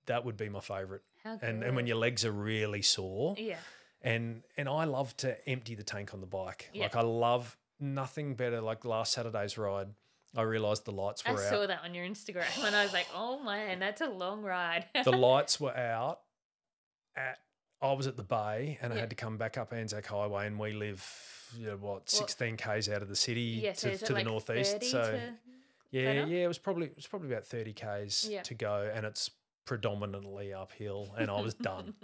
that would be my favorite.
How
And and when
good.
your legs are really sore,
Yeah.
and and I love to empty the tank on the bike.
Yeah.
Like I love nothing better. Like last Saturday's ride, I realised the lights
I
were
saw
out.
that on your Instagram and I was like, oh man, that's a long ride.
The lights were out. At I was at the bay, and I
Yeah.
had to come back up Anzac Highway, and we live you know, what sixteen k's out of the city
yeah, so
to,
is it
to
like
the northeast.
30
So
to-
yeah,
better?
yeah, it was probably it was probably about thirty k's
Yeah.
to go, and it's predominantly uphill, and I was done.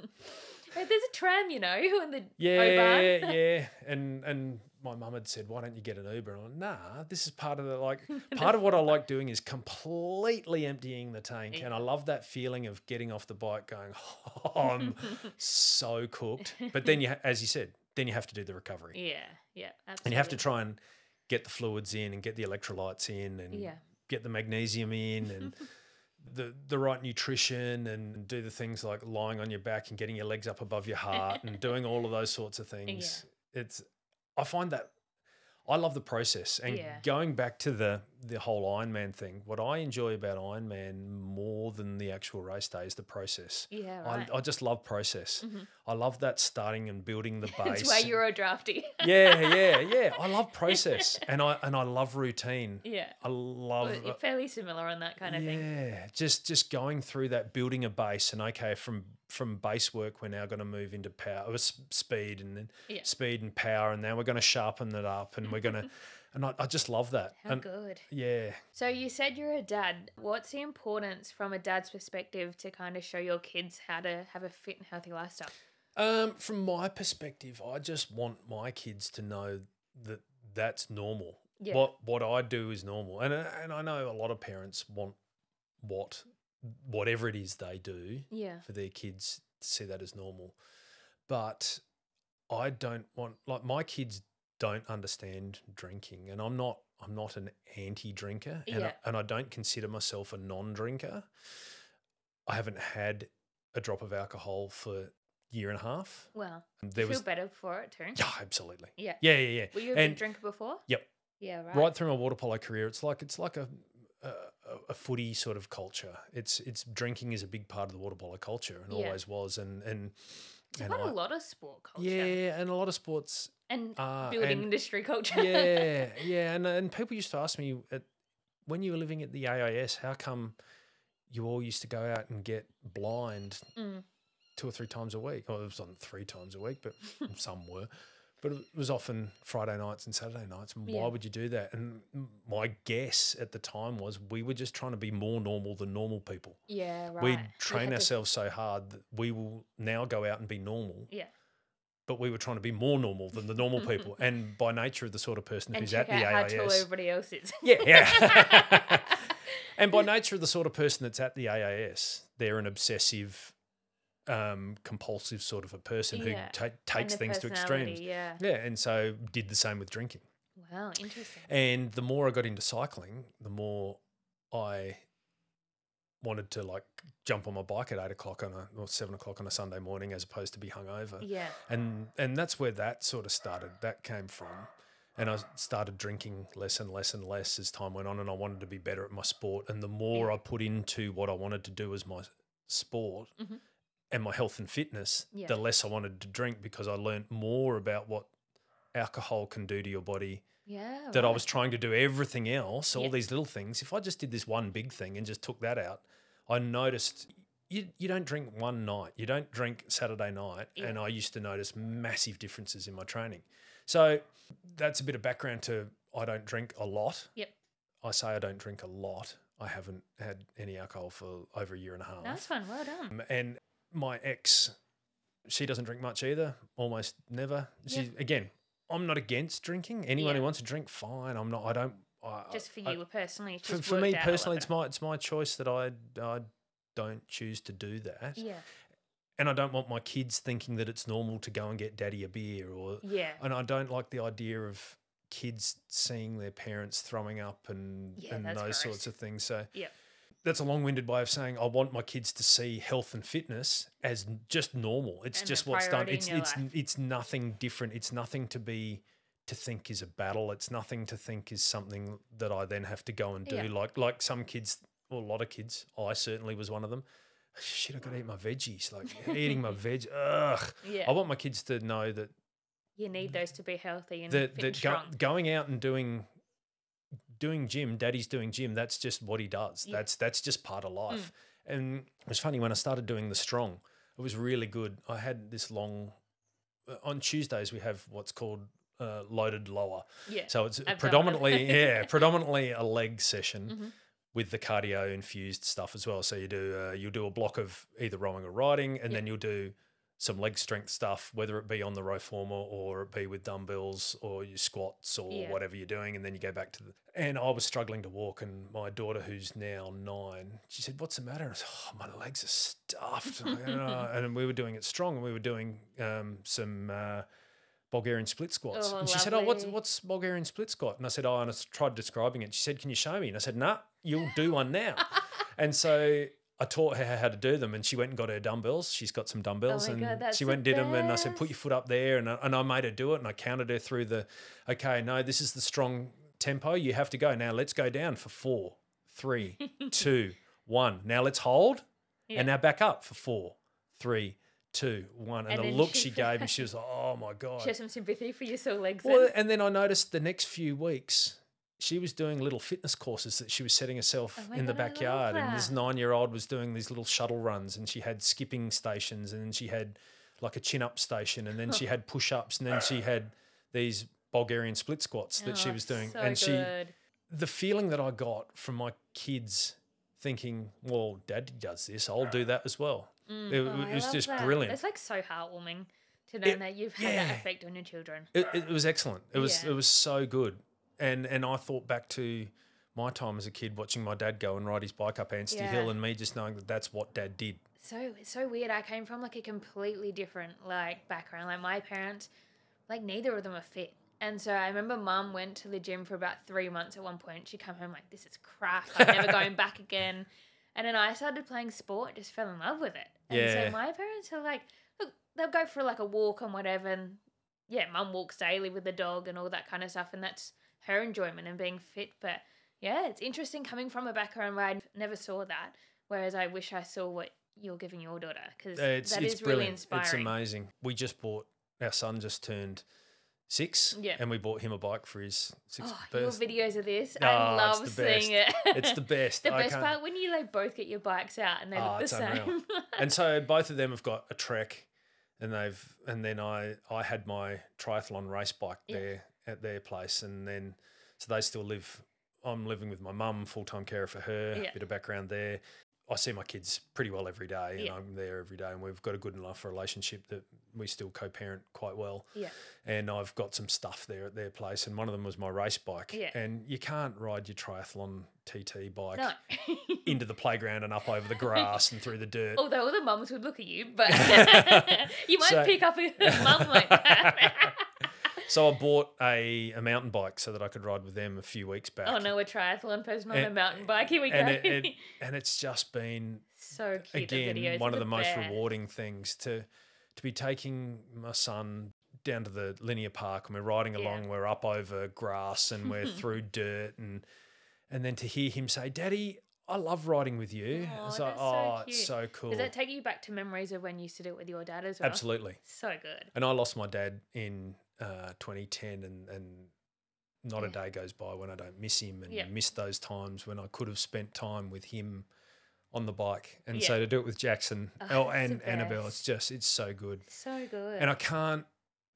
Hey, there's a tram, you know, in the
Yeah,
Oban.
yeah. And and my mum had said, "Why don't you get an Uber?" And I'm like, "Nah, this is part of the like part of what I like doing is completely emptying the tank, and I love that feeling of getting off the bike, going, oh, "I'm so cooked." But then you, ha- as you said, then you have to do the recovery,
Yeah, yeah, absolutely.
and you have to try and get the fluids in, and get the electrolytes in, and
Yeah.
get the magnesium in, and the the right nutrition and do the things like lying on your back and getting your legs up above your heart and doing all of those sorts of things. It's I find that I love the process. And
Yeah.
going back to the the whole Ironman thing, what I enjoy about Ironman more than the actual race day is the process.
Yeah, right. Mm-hmm.
I, I just love process. I love that starting and building the base.
That's why you're a drafty.
yeah, yeah, yeah. I love process, and I and I love routine.
yeah.
I love
Well, you're fairly similar on that kind of
yeah,
thing.
just just going through that, building a base, and okay, from from base work, we're now going to move into power, uh, s- speed, and then
Yeah.
speed and power, and now we're going to sharpen it up, and we're going to, and I, I just love that.
How
and
good.
yeah,
So you said you're a dad. What's the importance from a dad's perspective to kind of show your kids how to have a fit and healthy lifestyle?
um, from my perspective, I just want my kids to know that that's normal.
Yeah.
What what I do is normal, and I- and I know a lot of parents want what whatever it is they do
Yeah.
for their kids to see that as normal. But I don't want like my kids don't understand drinking and I'm not I'm not an anti-drinker and, I,
Yeah.
and I don't consider myself a non-drinker. I haven't had a drop of alcohol for a year and a half.
Well,
And
you
there
feel
was
better for it too.
Yeah, absolutely.
Yeah.
Yeah, yeah, yeah.
Were you a
and
big drinker before?
Yep.
Yeah, right.
right. through my water polo career, it's like it's like a, a a footy sort of culture. It's it's drinking is a big part of the water polo culture and
Yeah.
always was and and
It's
and
quite
I-
a lot of sport culture.
yeah, and a lot of sports.
And
Uh,
building
and-
industry culture.
Yeah, yeah, and and people used to ask me at, when you were living at the AIS, how come you all used to go out and get blind
Mm.
two or three times a week? Well, it was on three times a week, but some were. But it was often Friday nights and Saturday nights. And
Yeah.
why would you do that? And my guess at the time was we were just trying to be more normal than normal people.
yeah, right.
We
You had
train
to-
ourselves so hard that we will now go out and be normal
Yeah.
but we were trying to be more normal than the normal people. And by nature of the sort of person
And
who's
check
at the
out how tall
AAS.
everybody else is.
Yeah, yeah. and by nature of the sort of person that's at the AAS, they're an obsessive, um, compulsive sort of a person who
Yeah.
ta-
And
takes
the
things to
personality,
extremes.
Yeah.
Yeah, and so did the same with drinking.
Wow, interesting.
And the more I got into cycling, the more I wanted to like jump on my bike at eight o'clock on a or seven o'clock on a Sunday morning as opposed to be hungover
Yeah.
and and that's where that sort of started that came from and i s- started drinking less and less and less as time went on and i wanted to be better at my sport and the more i put into what i wanted to do as my s- sport
Mhm.
and my health and fitness
Yeah.
the less i wanted to drink because i learned more about what alcohol can do to your body
Oh,
Yeah.
that i
right.
was trying to do everything else all
Yeah.
these little things if i just did this one big thing and just took that out i noticed you, you don't drink one night you don't drink saturday night
Yeah.
and i used to notice massive differences in my training so that's a bit of background to i don't drink a lot
Yep.
i say i don't drink a lot i haven't had any alcohol for over a year and a half
Nice one. Well done.
um, and my ex, she doesn't drink much either, almost never. She
Yeah.
again, I'm not against drinking. Anyone
Yeah.
who wants to drink, fine. I'm not. I don't. I,
Just for
Mm, I-
you personally. it's
for,
just
for me
worked out a
personally,
lot
it's my it's my choice that I I don't choose to do that,
better.
and I don't want my kids thinking that it's normal to go and get daddy a beer or.
Yeah. Yeah.
And I don't like the idea of kids seeing their parents throwing up and
Yeah,
and
that's
those
gross.
sorts of things. So
Yep.
that's a long-winded way of saying I want my kids to see health and fitness as n- just normal. It's
And a
just what's done.
priority in
It's
your
it's
life.
it's nothing different. It's nothing to be to think is a battle. It's nothing to think is something that I then have to go and do.
Yeah.
Like like some kids or a lot of kids. I certainly was one of them. Shit, I got to eat my veggies. Like eating my veg. Ugh.
Yeah.
I want my kids to know that
you need those to be healthy and fit
that
and
that go,
strong.
going out and doing doing gym daddy's doing gym that's just what he does
Yeah. Mm.
that's that's just part of life and it was funny when i started doing the strong it was really good i had this long uh, on tuesdays we have what's called uh, loaded lower
yeah.
so it's
Abdominal.
predominantly yeah predominantly a leg session
Mhm.
with the cardio infused stuff as well so you do uh, you'll do a block of either rowing or riding and
Yeah.
then you'll do some leg strength stuff whether it be on the row former or it be with dumbbells or your squats or
Yeah.
whatever you're doing and then you go back to the and i was struggling to walk and my daughter who's now nine she said what's the matter I said, oh, my legs are stuffed I'm like, "Oh." and we were doing it strong and we were doing um, some uh, Bulgarian split squats.
Oh,
and she said, Oh, what's
lovely.
what's Bulgarian split squat? And I said, Oh, and I s- tried describing it. She said, Can you show me? And I said, Nah, you'll do one now. and so I taught her how to do them, and she went and got her dumbbells. She's got some dumbbells,
Oh my
and
God, that's
she
the
went and did them. And I said, "Put
best.
your foot up there," and I, and I made her do it, and I counted her through the, okay, no, this is the strong tempo. You have to go now. Let's go down for four, three, two, one. Now let's hold,
Yeah.
and now back up for four, three, two, one. And,
And
the
then
look she
she-
gave, and she was like, "Oh my god!"
Show some sympathy for your sore legs.
Well,
then.
and then I noticed the next few weeks she was doing little fitness courses that she was setting herself
Oh my
in the
God, I love
backyard. And this
that.
nine year old was doing these little shuttle runs, and she had skipping stations, and she had like a chin up station, and then she had push ups, and then she had these Bulgarian split squats that she
Oh,
was doing.
so
and she,
good.
the feeling that I got from my kids thinking, well, daddy does this, I'll do that as well. It-
Oh,
it
I
was
love
just
that.
brilliant.
It's like so heartwarming to know
It-
that you've had
yeah.
that effect on your children.
It, it was excellent. It was
Yeah.
it was so good, and and I thought back to my time as a kid watching my dad go and ride his bike up Anstey Hill,
Yeah.
and me just knowing that that's what dad did.
so it's so weird. I came from like a completely different like background. Like my parents, like neither of them are fit. And so I remember mum went to the gym for about three months at one point. She come home like, This is crap, I'm never going back again. And then I started playing sport, just fell in love with it. And
Yeah.
so my parents are like, look, they'll go for like a walk and whatever and yeah, mum walks daily with the dog and all that kind of stuff and that's her enjoyment and being fit. But yeah, it's interesting coming from a background where I never saw that. Whereas I wish I saw what you're giving your daughter because
Uh, It's
that
it's
is really
brilliant.
inspiring.
it's amazing. We just bought our son just turned six,
Yeah.
and we bought him a bike for his sixth
Oh, your
birthday.
videos of this,
Oh,
I
it's
love
the
seeing it.
It's the best.
The
I
best
can't-
part when you like both get your bikes out and they
Oh,
look the
it's unreal.
same.
and so both of them have got a trek and they've and then I I had my triathlon race bike
Yeah.
there at their place and then so they still live I'm living with my mum full-time carer for her
Yeah.
bit of background there I see my kids pretty well every day and
Yeah.
I'm there every day and we've got a good enough relationship that we still co-parent quite well
yeah,
and I've got some stuff there at their place and one of them was my race bike
Yeah.
and you can't ride your triathlon TT bike
no.
into the playground and up over the grass and through the dirt
Although all the mums would look at you, but you might
So-
pick up a mum like that.
So I bought a, a mountain bike so that I could ride with them a few weeks back.
oh no, a triathlon person on a
And-
mountain bike. Here we go.
And it, it, and it's just been
so cute. the
again
videos
one
are
of the most
best.
rewarding things to to be taking my son down to the linear park and we're riding
Yeah.
along, we're up over grass and we're through dirt and and then to hear him say, "Daddy, I love riding with you."
Aw,
it's like,
that's so
oh, it's
cute.
so cool.
Does that take you back to memories of when you used to do it with your dad as well?
Absolutely.
So good.
And I lost my dad in uh, 2010, and, and not a day goes by when I don't miss him and
Mm. Yeah.
miss those times when I could have spent time with him on the bike. And
Yeah.
so to do it with Jackson
Oh,
oh,
it's the
and Annabelle, it's
best.
just, it's so good.
So good.
And I can't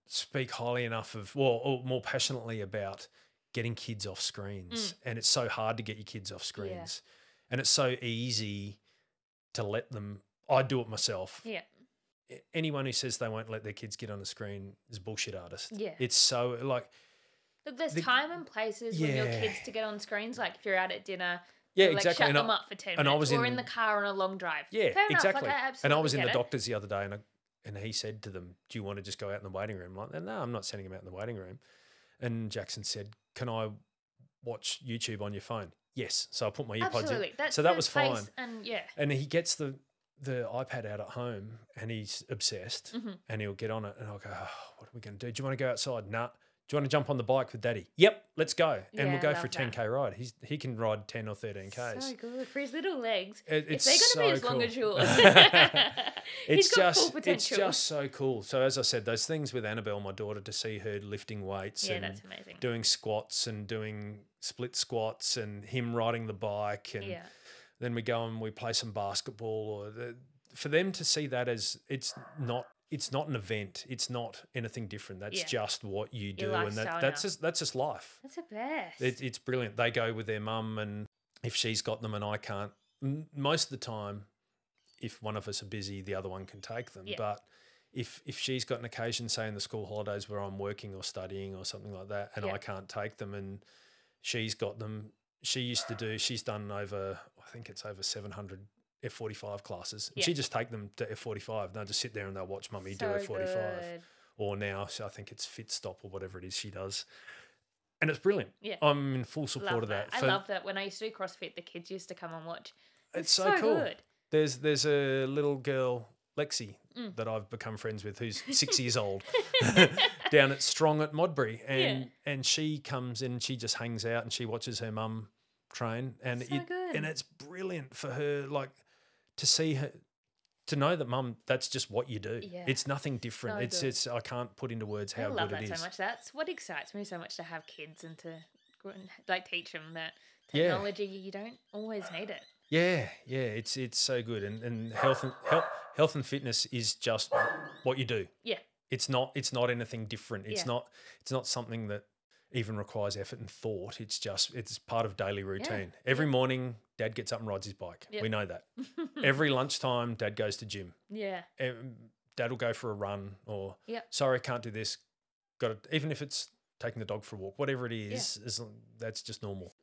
speak highly enough of, well, or more passionately about getting kids off
Mm.
screens. And it's so hard to get your kids off screens. And it's so easy to let them. I do it myself
yeah.
a- anyone who says they won't let their kids get on the screen is a bullshit artist.
Yeah.
It's so like
Look, there's
the-
time and places when your
Yeah.
kids to get on screens. Like if you're out at dinner,
yeah,
you're
exactly.
Like, shut
and
them
I,
up for ten
and I
minutes,
was
or
in-
in the car on a long drive.
yeah,
Fair enough, like, I
exactly. and I
absolutely
was in
get
the
it.
doctor's the other day, and I, and he said to them, "Do you want to just go out in the waiting room?" I'm like, no, I'm not sending him out in the waiting room. And Jackson said, "Can I watch YouTube on your phone?" Yes. So I put my earpods
Absolutely.
in.
That's
so that
the
was
place
fine.
And yeah,
And he gets the the iPad out at home, and he's obsessed,
Mhm.
and he'll get on it, and I'll go, oh, "What are we going to do? Do you want to go outside? Nah." Do you want to jump on the bike with Daddy? Yep, let's go, and
Yeah,
we'll
I
go for
love
a
that.
10k ride. He's he can ride 10 or 13 k's.
so good for his little legs.
It-
If
it's
they're
so
going to be as
cool.
long as yours,
it's
he's got full
just it's
potential.
just so cool. So as I said, those things with Annabelle, my daughter, to see her lifting weights
yeah,
and
that's amazing.
doing squats and doing split squats and him riding the bike and
Yeah,
then we go and we play some basketball or the, for them to see that as it's not it's not an event it's not anything different that's
Yeah.
just what you do and
lifestyle
that, that's
now.
just that's just life
that's the best.
it, it's brilliant they go with their mum and if she's got them and i can't m- most of the time if one of us are busy the other one can take them
Yeah.
but if if she's got an occasion say in the school holidays where i'm working or studying or something like that and
Yeah.
i can't take them and she's got them she used to do she's done over i think it's over 700 f45 classes and
Yeah.
she just take them to f45 and they'll just sit there and they'll watch mummy
So
do f45
good.
or now so I think it's Fit Stop or whatever it is she does, and it's brilliant.
Yeah.
I'm in full support
Love
of that.
that. I
For-
love that. When I used to do CrossFit, the kids used to come and watch.
it's so, cool.
good.
There's there's a little girl Lexi
Mm.
that I've become friends with who's six years old down at Strong at Modbury, and and she comes in, she just hangs out and she watches her mum train, and
So
it,
good.
and it's brilliant for her like to see her. To know that mum, that's just what you do.
Yeah.
It's nothing different.
So
it's
good.
it's I can't put into words how
I love
good
that
it is.
so much. That's what excites me so much to have kids and to gr- and, like teach them that
Yeah.
technology you don't always need it.
Yeah, yeah, it's it's so good, and and health and health, health and fitness is just what you do.
Yeah.
It's not it's not anything different. It's
Yeah.
not it's not something that even requires effort and thought. It's just it's part of daily routine. Every morning, Dad gets up and rides his bike.
Yeah. Hmm.
We know that. Every lunchtime, Dad goes to gym.
Yeah.
Em- Dad will go for a run, or
Yep.
sorry, can't do this. Got to, even if it's taking the dog for a walk, whatever it is, as long that's just normal.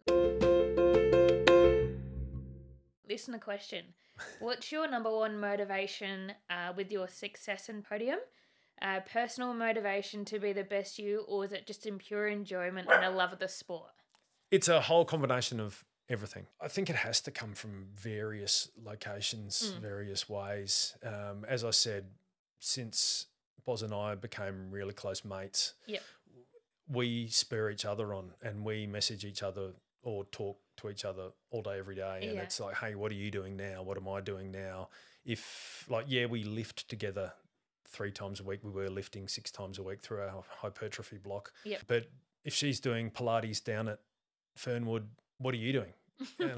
Listener question: What's your number one motivation uh, with your success and podium? Uh, personal motivation to be the best you, or is it just in pure enjoyment and a love of the sport?
it's a whole combination of everything. I think it has to come from various locations,
Mm.
various ways. Um, as I said, since Boz and I became really close mates,
Yep.
we spur each other on and we message each other or talk to each other all day, every day. And
Yeah.
it's like, hey, what are you doing now? What am I doing now? If, like, yeah, we lift together three times a week. We were lifting six times a week through our hypertrophy block.
Yep.
But if she's doing Pilates down at Fernwood, what are you doing? And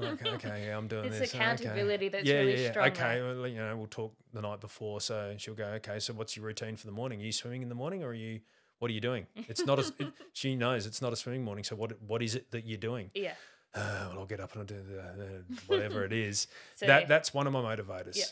like, okay, yeah, I'm doing
It's
this. "Oh,
accountability that's
yeah,
really
yeah, yeah.
strong,
Okay,
though.
well, you know, we'll talk the night before. So she'll go, okay, so what's your routine for the morning? Are you swimming in the morning or are you, what are you doing? It's not as, it, she knows it's not a swimming morning. So what, what is it that you're doing?
Yeah.
"Oh, well, I'll get up and I'll do the, the- whatever it is.
So
that That's one of my motivators.
Yeah.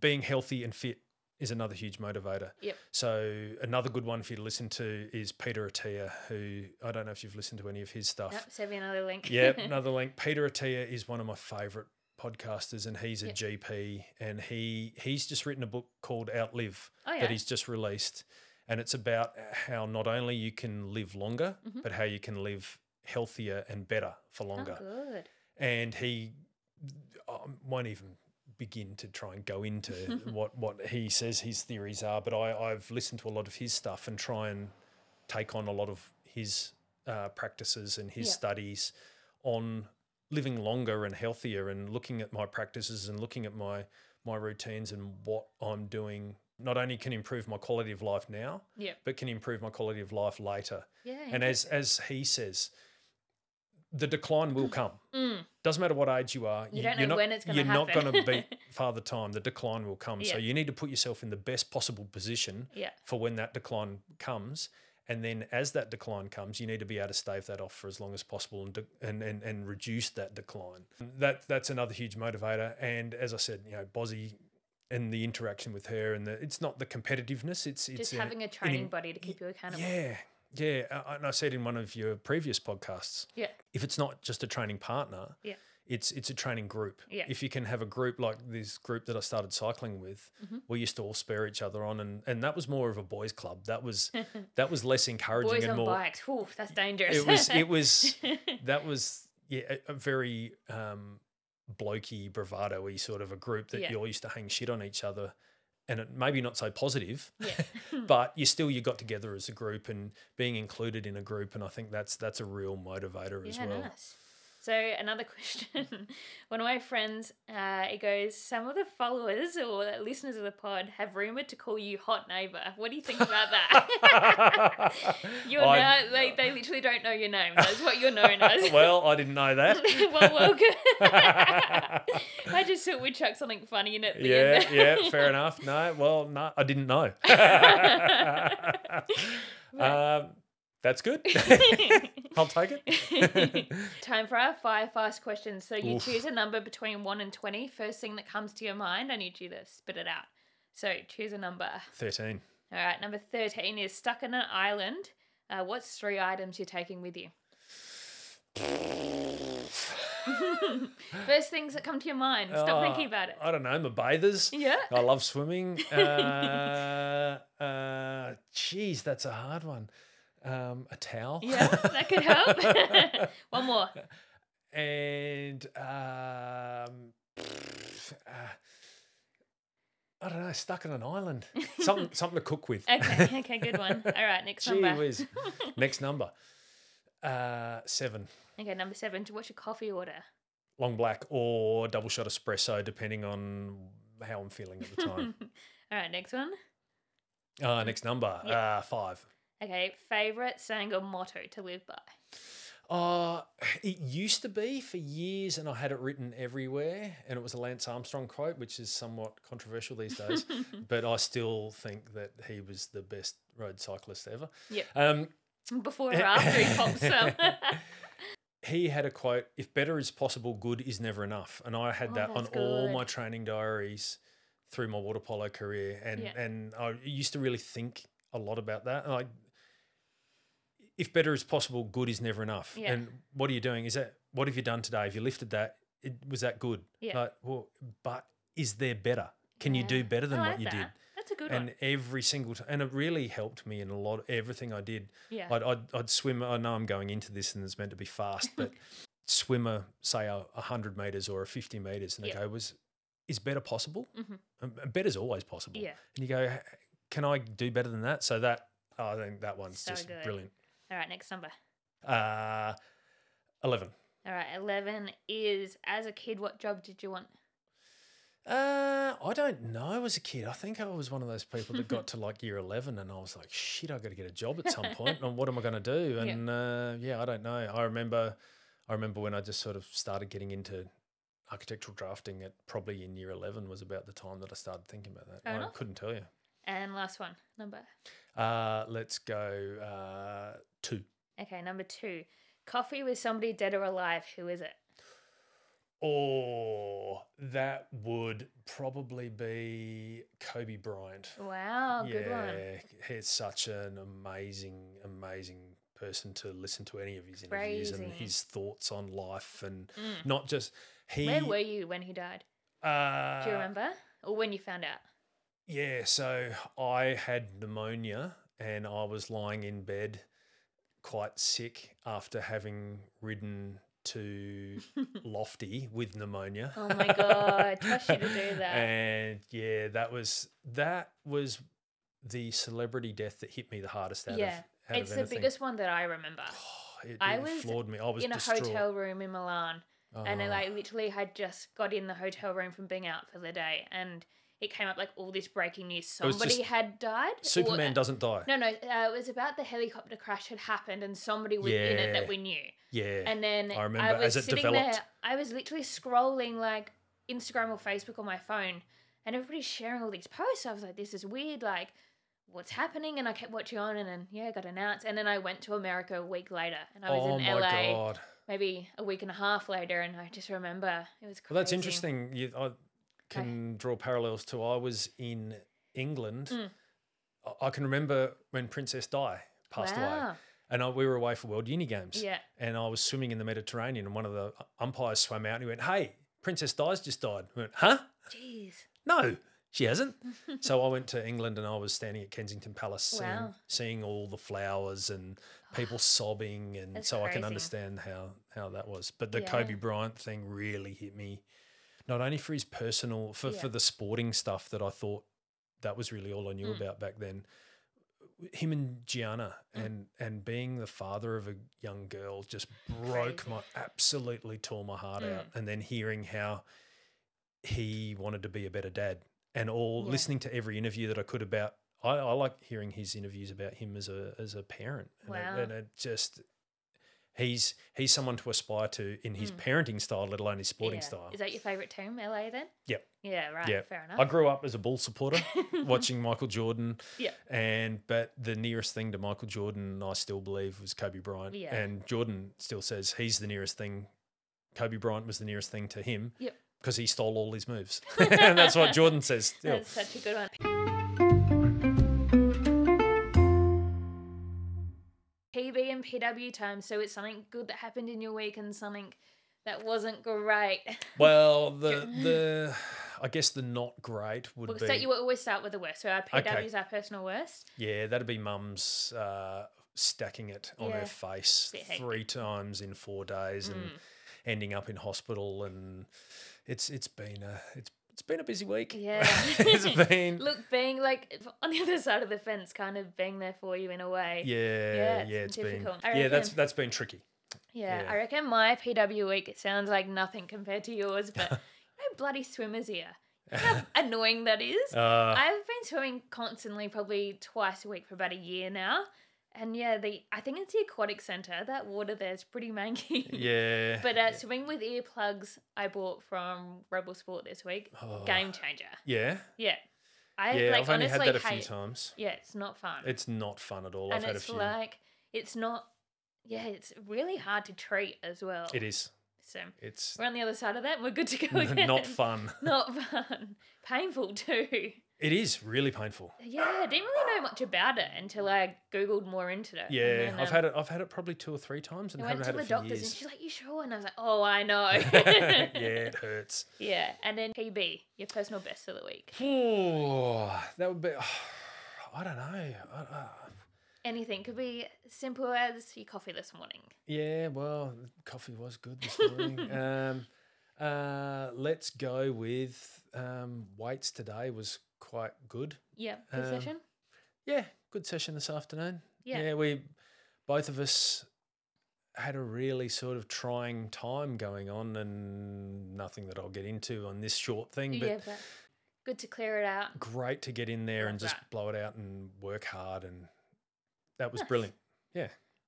Being healthy and fit is another huge motivator.
Yep.
So another good one for you to listen to is Peter Attia, who I don't know if you've listened to any of his stuff.
Yep, send me another link.
Yep, another link. Peter Attia is one of my favorite podcasters, and he's a
Yep.
GP, and he he's just written a book called Outlive
Oh, yeah.
that he's just released, and it's about how not only you can live longer,
Mhm.
but how you can live healthier and better for
Oh,
longer.
good.
and he I won't even begin to try and go into what what he says his theories are. But I, I've listened to a lot of his stuff and try and take on a lot of his uh, practices and his
Yeah.
studies on living longer and healthier and looking at my practices and looking at my my routines and what I'm doing not only can improve my quality of life now
Yep.
but can improve my quality of life later
Yeah.
and as as he says the decline will come
Mm,
doesn't matter what age you are.
You don't know when it's gonna
You're not
happen.
going to beat father time. The decline will come. So
Yeah.
you need to put yourself in the best possible position
yeah.
for when that decline comes. And then, as that decline comes, you need to be able to stave that off for as long as possible and de- and and, and reduce that decline. That that's another huge motivator. And as I said, you know, Bozzy and the interaction with her, and the, it's not the competitiveness. It's it's
Just
a-
having a training body to keep you accountable.
yeah, yeah. I- And I said in one of your previous podcasts,
Yeah.
if it's not just a training partner,
Yeah.
it's it's a training group.
Yeah.
If you can have a group like this group that I started cycling with,
Mm-hmm.
we used to all spare each other on, and and that was more of a boys' club. That was that was less encouraging
Boys
and
on
more.
bikes. Whew, that's dangerous.
It was it was that was yeah a, a very um, blokey bravado-y sort of a group that
Yeah.
you all used to hang shit on each other. And it maybe not so positive,
Yeah.
but you still you got together as a group and being included in a group, and I think that's that's a real motivator as well.
nice. So another question. One of my friends, uh, it goes, some of the followers or listeners of the pod have rumored to call you hot neighbor. What do you think about that? You're
I-
now, they, they literally don't know your name. That's what you're known as.
well, I didn't know that.
well, welcome. I just thought we'd chuck something funny in at the
yeah,
end.
yeah, fair enough. No, well, no, I didn't know. um, that's good. I'll take it.
Time for our fire fast questions. So you
Oof.
choose a number between 1 and 20. First thing that comes to your mind, I need you to spit it out. So choose a number.
13.
All right, number 13 is stuck on an island. Uh, what's three items you're taking with you? First things that come to your mind. Stop
Uh,
thinking about it.
I don't know, my bathers.
Yeah.
I love swimming. Uh, uh, geez, that's a hard one. Um, a towel.
Yeah, that could help. One more.
and um, uh, I don't know, stuck on an island. Something, something to cook with.
Okay, okay, good one. All right, next
Gee
number.
whiz. Next number. Uh, seven.
Okay, number seven. To what's your coffee order?
Long black or double shot espresso, depending on how I'm feeling at the time.
All right, next one.
uh, next number.
Yeah.
Uh, five.
Okay, favorite saying or motto to live by.
Uh, it used to be for years, and I had it written everywhere, and it was a Lance Armstrong quote, which is somewhat controversial these days, but I still think that he was the best road cyclist ever.
Yep.
Um,
Before or after he pops up.
he had a quote if better is possible good is never enough and i had
Oh,
that on
that's
all
good.
my training diaries through my water polo career and
Yeah.
and i used to really think a lot about that and i if better is possible good is never enough
Yeah.
and what are you doing is that what have you done today have you lifted that it, was that good
Yeah.
like, well, but is there better can you do
Yeah.
better than
I
what
like
you did
that. That's a good
and
one.
every single time and it really helped me in a lot everything i did
Yeah.
I'd, I'd, I'd swim. I know I'm going into this and it's meant to be fast, but swimmer, say a, a hundred meters or a 50 meters, and
Yeah.
they go, was, is better possible?
Mhm.
Um, and better's always possible.
Yeah.
And you go, "H- can I do better than that? So that, oh, I think that one's
So
just
good.
brilliant.
All right, next number.
Uh, 11.
All right, 11 is as a kid, what job did you want?
Uh, I don't know. As a kid, I think I was one of those people that got to like year eleven, and I was like, "Shit, I got to get a job at some point, And what am I going to do?"
Yeah.
And uh, yeah, I don't know. I remember, I remember when I just sort of started getting into architectural drafting. At probably in year eleven was about the time that I started thinking about that.
Fair
I
enough.
couldn't tell you.
And last one, number.
Uh, let's go uh, two.
Okay, number two. Coffee with somebody dead or alive. Who is it?
Or Oh, that would probably be Kobe Bryant.
Wow, Oh, good one.
he's such an amazing, amazing person to listen to any of his interviews and
Crazy.
his thoughts on life and
Mm.
not just he.
Where were you when he died?
Uh,
Do you remember? Or when you found out?
Yeah, so I had pneumonia and I was lying in bed quite sick after having ridden to Lofty with pneumonia.
Oh my God, trust you to do that.
And yeah, that was that was the celebrity death that hit me the hardest out
Yeah,
of out
it's
of
the
anything.
biggest one that I remember.
Oh, it,
I
it
was
floored me. I was
in a
distraught.
hotel room in Milan, and I
Oh,
like literally had just got in the hotel room from being out for the day, and it came up like all this breaking news:
was
somebody
just
had died. or-
Superman doesn't die.
No, no, uh, it was about the helicopter crash had happened, and somebody was in it
Yeah.
that we knew.
yeah,
And then
I remember
was
as it
sitting
developed.
there, I was literally scrolling like Instagram or Facebook on my phone, and everybody's sharing all these posts. I was like, this is weird. Like, what's happening? And I kept watching on, and then, yeah, it got announced. And then I went to America a week later, and I was
oh
in
my
LA
god.
maybe a week and a half later, and I just remember it was crazy.
Well, that's interesting. You, I can draw parallels to I was in England.
Mm.
I- I can remember when Princess Di passed away,
Wow.
and I, we were away for World Uni Games.
Yeah.
And I was swimming in the Mediterranean, and one of the uh, umpires swam out and he went, "Hey, Princess Di's just died." We went, "Huh?
Jeez.
No, she hasn't." so I went to England, and I was standing at Kensington Palace, seeing,
Wow.
seeing all the flowers and people sobbing, and
That's
so I can
crazy.
understand how how that was. But the
Yeah.
Kobe Bryant thing really hit me, not only for his personal, for
Yeah.
for the sporting stuff that I thought that was really all I knew
Mm.
about back then. Him and Gianna and and being the father of a young girl just broke
Crazy.
my absolutely tore my heart
Mm.
out. And then hearing how he wanted to be a better dad and all
Yeah.
listening to every interview that I could about I, I like hearing his interviews about him as a as a parent. And,
Wow.
it, and it just he's he's someone to aspire to in his
Mm.
parenting style, let alone his sporting
Yeah.
style.
Is that your favorite team, LA then?
Yep.
Yeah, right.
Yep.
Fair
I
enough.
grew up as a bull supporter, watching Michael Jordan.
Yeah.
And but the nearest thing to Michael Jordan, I still believe, was Kobe Bryant.
Yeah.
And Jordan still says he's the nearest thing. Kobe Bryant was the nearest thing to him.
Yep.
Because he stole all his moves. and that's what Jordan says still.
That's such a good one. PB and PW time, so it's something good that happened in your week and something that wasn't great.
Well, the the I guess the not great would
Well,
be
so you always start with the worst. So our PW
Okay.
is our personal worst.
yeah, that'd be Mum's uh, stacking it on
Yeah.
her face
Bit hectic. Mm.
three times in four days and ending up in hospital, and it's it's been a it's it's been a busy week.
Yeah.
it's been.
Look, being like on the other side of the fence, kind of being there for you in a way.
Yeah, yeah,
Yeah,
it's,
it's difficult. I
been. Yeah, that's
reckon-
that's been tricky.
Yeah,
Yeah.
I reckon my PW week it sounds like nothing compared to yours, but you know, bloody swimmers here. You know How annoying that is.
Uh,
I've been swimming constantly, probably twice a week for about a year now, and yeah, the I think it's the aquatic centre. That water there's pretty manky.
yeah.
But uh, swimming with earplugs I bought from Rebel Sport this week.
Oh.
Game changer.
yeah,
Yeah. I
yeah.
like
I've only
honestly
had that a few
hate-
times.
Yeah, it's not fun.
It's not fun at all.
and
I've had a
it's
few.
like it's not yeah, it's really hard to treat as well.
It is.
So
It's
we're on the other side of that and we're good to go again.
not fun.
Not fun. Painful too.
It is really painful.
Yeah, I didn't really know much about it until I googled more into it. and
Yeah,
then,
I've
um,
had it. I've had it probably two or three times, and
I went
haven't
to
had
the
it for
doctor's and
years.
she's like, "You sure?" And I was like, "Oh, I know."
yeah, it hurts.
Yeah, and then PB, your personal best of the week.
Ooh, that would be. I don't know. I, uh, I,
Anything could be simple as your coffee this morning.
yeah, well, coffee was good this morning. um, uh, let's go with um, weights today was quite good.
Yeah, good
Um,
session.
Yeah, good session this afternoon.
Yeah.
we both of us had a really sort of trying time going on, and nothing that I'll get into on this short thing, but
yeah, but good to clear it out.
great to get in there
Love
and just
that.
blow it out and work hard, and that was
Nice.
brilliant.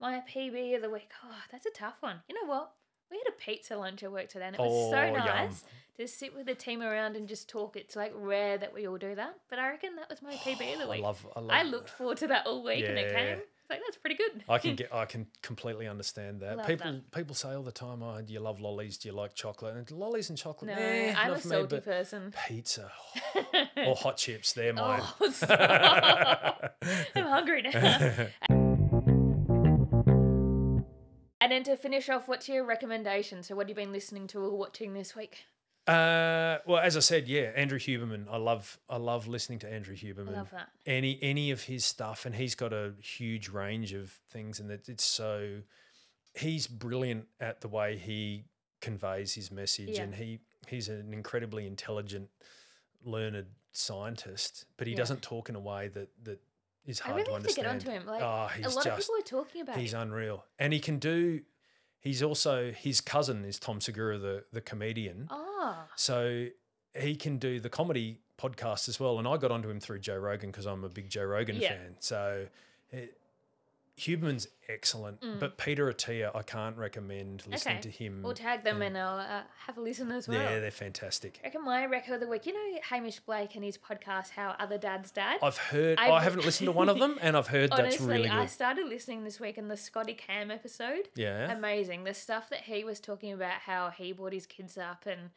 My PB of the week. Oh, that's a tough one. You know what? We had a pizza lunch at work today, and it was so
Oh, yum.
nice to sit with the team around and just talk. It's like rare that we all do that, but I reckon that was my PB of the week.
I love. I, love
I looked forward to that all week, and it
Yeah.
came. It's like that's pretty good.
I can get. I can completely understand that.
Love
people people say all the time, "Oh, do you love lollies? Do you like chocolate?" And lollies and chocolate.
no,
eh,
I'm
not
a
for
salty
me, but
person.
pizza or hot chips. They're my.
Oh, stop. I'm hungry now. And then to finish off, what's your recommendation? So, what have you been listening to or watching this week?
Uh, well, as I said, yeah, Andrew Huberman. I love. I love listening to Andrew Huberman.
I love that.
any any of his stuff and he's got a huge range of things and that it's so he's brilliant at the way he conveys his message
Yeah.
and he he's an incredibly intelligent learned scientist but he
Yeah.
doesn't talk in a way that that is
I
hard
really
to
have to
understand
get onto him. Like
oh
a
he's
lot of
just
people are talking about
he's
him.
unreal and he can do he's also his cousin is tom segura the the comedian
Ah,
so he can do the comedy podcast as well. And I got onto him through Joe Rogan because I'm a big Joe Rogan
Yeah.
fan. So it, Huberman's excellent,
Mm.
but Peter Attia, I can't recommend listening
Okay.
to him.
we'll tag them
Mm, yeah.
and I'll uh, have a listen as well.
yeah, they're fantastic.
I reckon my record of the week. You know Hamish Blake and his podcast, How Other Dads Dad.
I've heard,
I've-
I haven't listened to one of them, and I've heard Oh, that's
Honestly,
really
I
good.
started listening this week in the Scotty Cam episode.
Yeah.
Amazing. The stuff that he was talking about, how he brought his kids up, and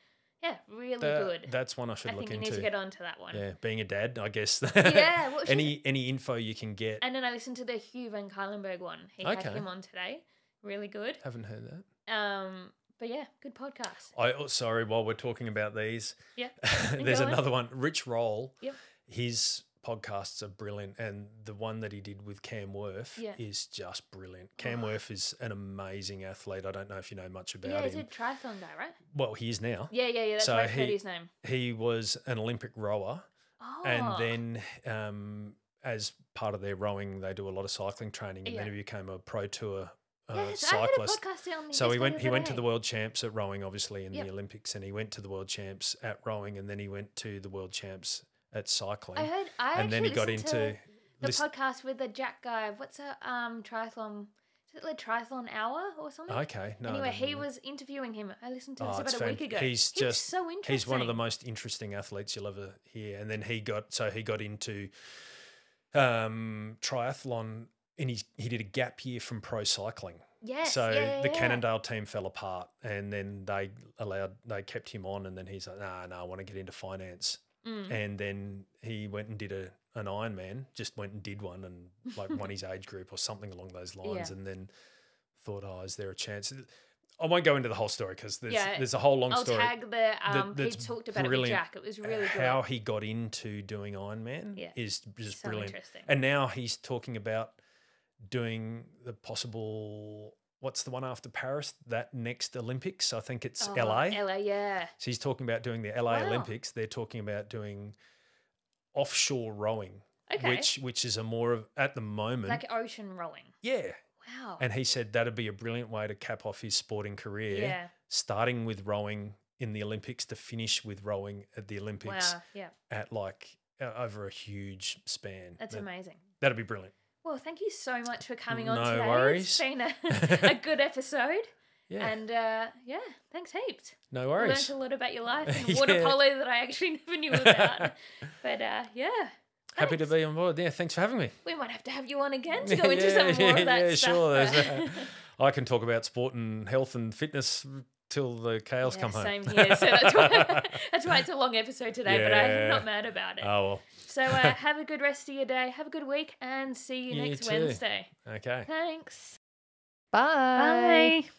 yeah, really
That-
good.
That's one I should
I
look
think you need
into.
to get onto that one.
yeah, being a dad, I guess.
Yeah, well, she's-
any any info you can get.
And then I listened to the Hugh Van Kylenberg one. He
Okay.
had him on today. Really good.
haven't heard that.
Um, but yeah, good podcast.
I oh, sorry. While we're talking about these,
Yeah.
there's
go on.
another one. Rich Roll.
Yep.
His podcasts are brilliant, and the one that he did with Cam Worth
Yeah.
is just brilliant. Cam
Oh.
Worth is an amazing athlete. I don't know if you know much about
Yeah, he's
him.
a triathlon guy, right?
Well, he is now.
Yeah, yeah, yeah. That's
So
why I heard
he-
his name.
He was an Olympic rower,
Oh.
and then um, as part of their rowing, they do a lot of cycling training, and then
Yeah.
he became a pro tour uh,
yes, I heard
cyclist.
a podcast on
So
this
he
one
went. He
other
went to
day.
the world champs at rowing, obviously, in
Yep.
the Olympics, and he went to the world champs at rowing, and then he went to the world champs at cycling,
I heard. I
and then he
actually
got
listened
into.
to the
list-
podcast with the Jack guy. of- What's a um triathlon? Is it the Triathlon Hour or something?
okay, no. I
anyway,
don't
he
know.
was interviewing him. I listened to
Oh,
this
it's
about a
fan-
week ago.
he's
He was
just-
so interesting.
He's one of the most interesting athletes you'll ever hear, and then he got so he got into um, triathlon, and he he did a gap year from pro cycling.
Yes.
so
yeah,
the
yeah, yeah.
Cannondale team fell apart, and then they allowed they kept him on, and then he's like, nah, nah, I want to get into finance.
Mm.
and then he went and did a an Ironman, just went and did one and like won his age group or something along those lines,
Yeah.
and then thought, oh, is there a chance? I won't go into the whole story because there's
Yeah,
there's a whole long
I'll
story.
tag the um. he
that's
talked about it with
brilliant
Jack. It was really good.
How he got into doing Ironman
Yeah.
is just
so
brilliant,
interesting.
and now he's talking about doing the possible what's the one after Paris? That next Olympics? I think it's
Oh,
LA.
LA, yeah.
So he's talking about doing the LA
Wow.
Olympics. They're talking about doing offshore rowing,
Okay.
which which is a more of at the moment.
like ocean rolling.
yeah.
Wow.
And he said that'd be a brilliant way to cap off his sporting career,
yeah.
starting with rowing in the Olympics to finish with rowing at the Olympics
Wow. Yeah.
at like uh, over a huge span.
That's
that,
amazing.
that'd be brilliant.
Well, thank you so much for coming on
No
today.
worries.
It's been a, a good episode.
Yeah.
And uh, yeah, thanks heaps.
no
I
worries.
Learned a lot about your life and water
Yeah.
polo that I actually never knew about. but uh, yeah.
Happy to
thanks.
be on board. Yeah, thanks for having me.
We might have to have you on again to go into
Yeah,
some more of that
yeah,
stuff.
sure,
but-
there's, uh, I can talk about sport and health and fitness till the chaos
Yeah,
come home.
Same here. So that's why, that's why it's a long episode today, but I'm
Yeah.
not mad about it.
oh well.
so uh, have a good rest of your day. Have a good week and see you,
You
next
too.
Wednesday.
Okay.
Thanks.
Bye.
Bye.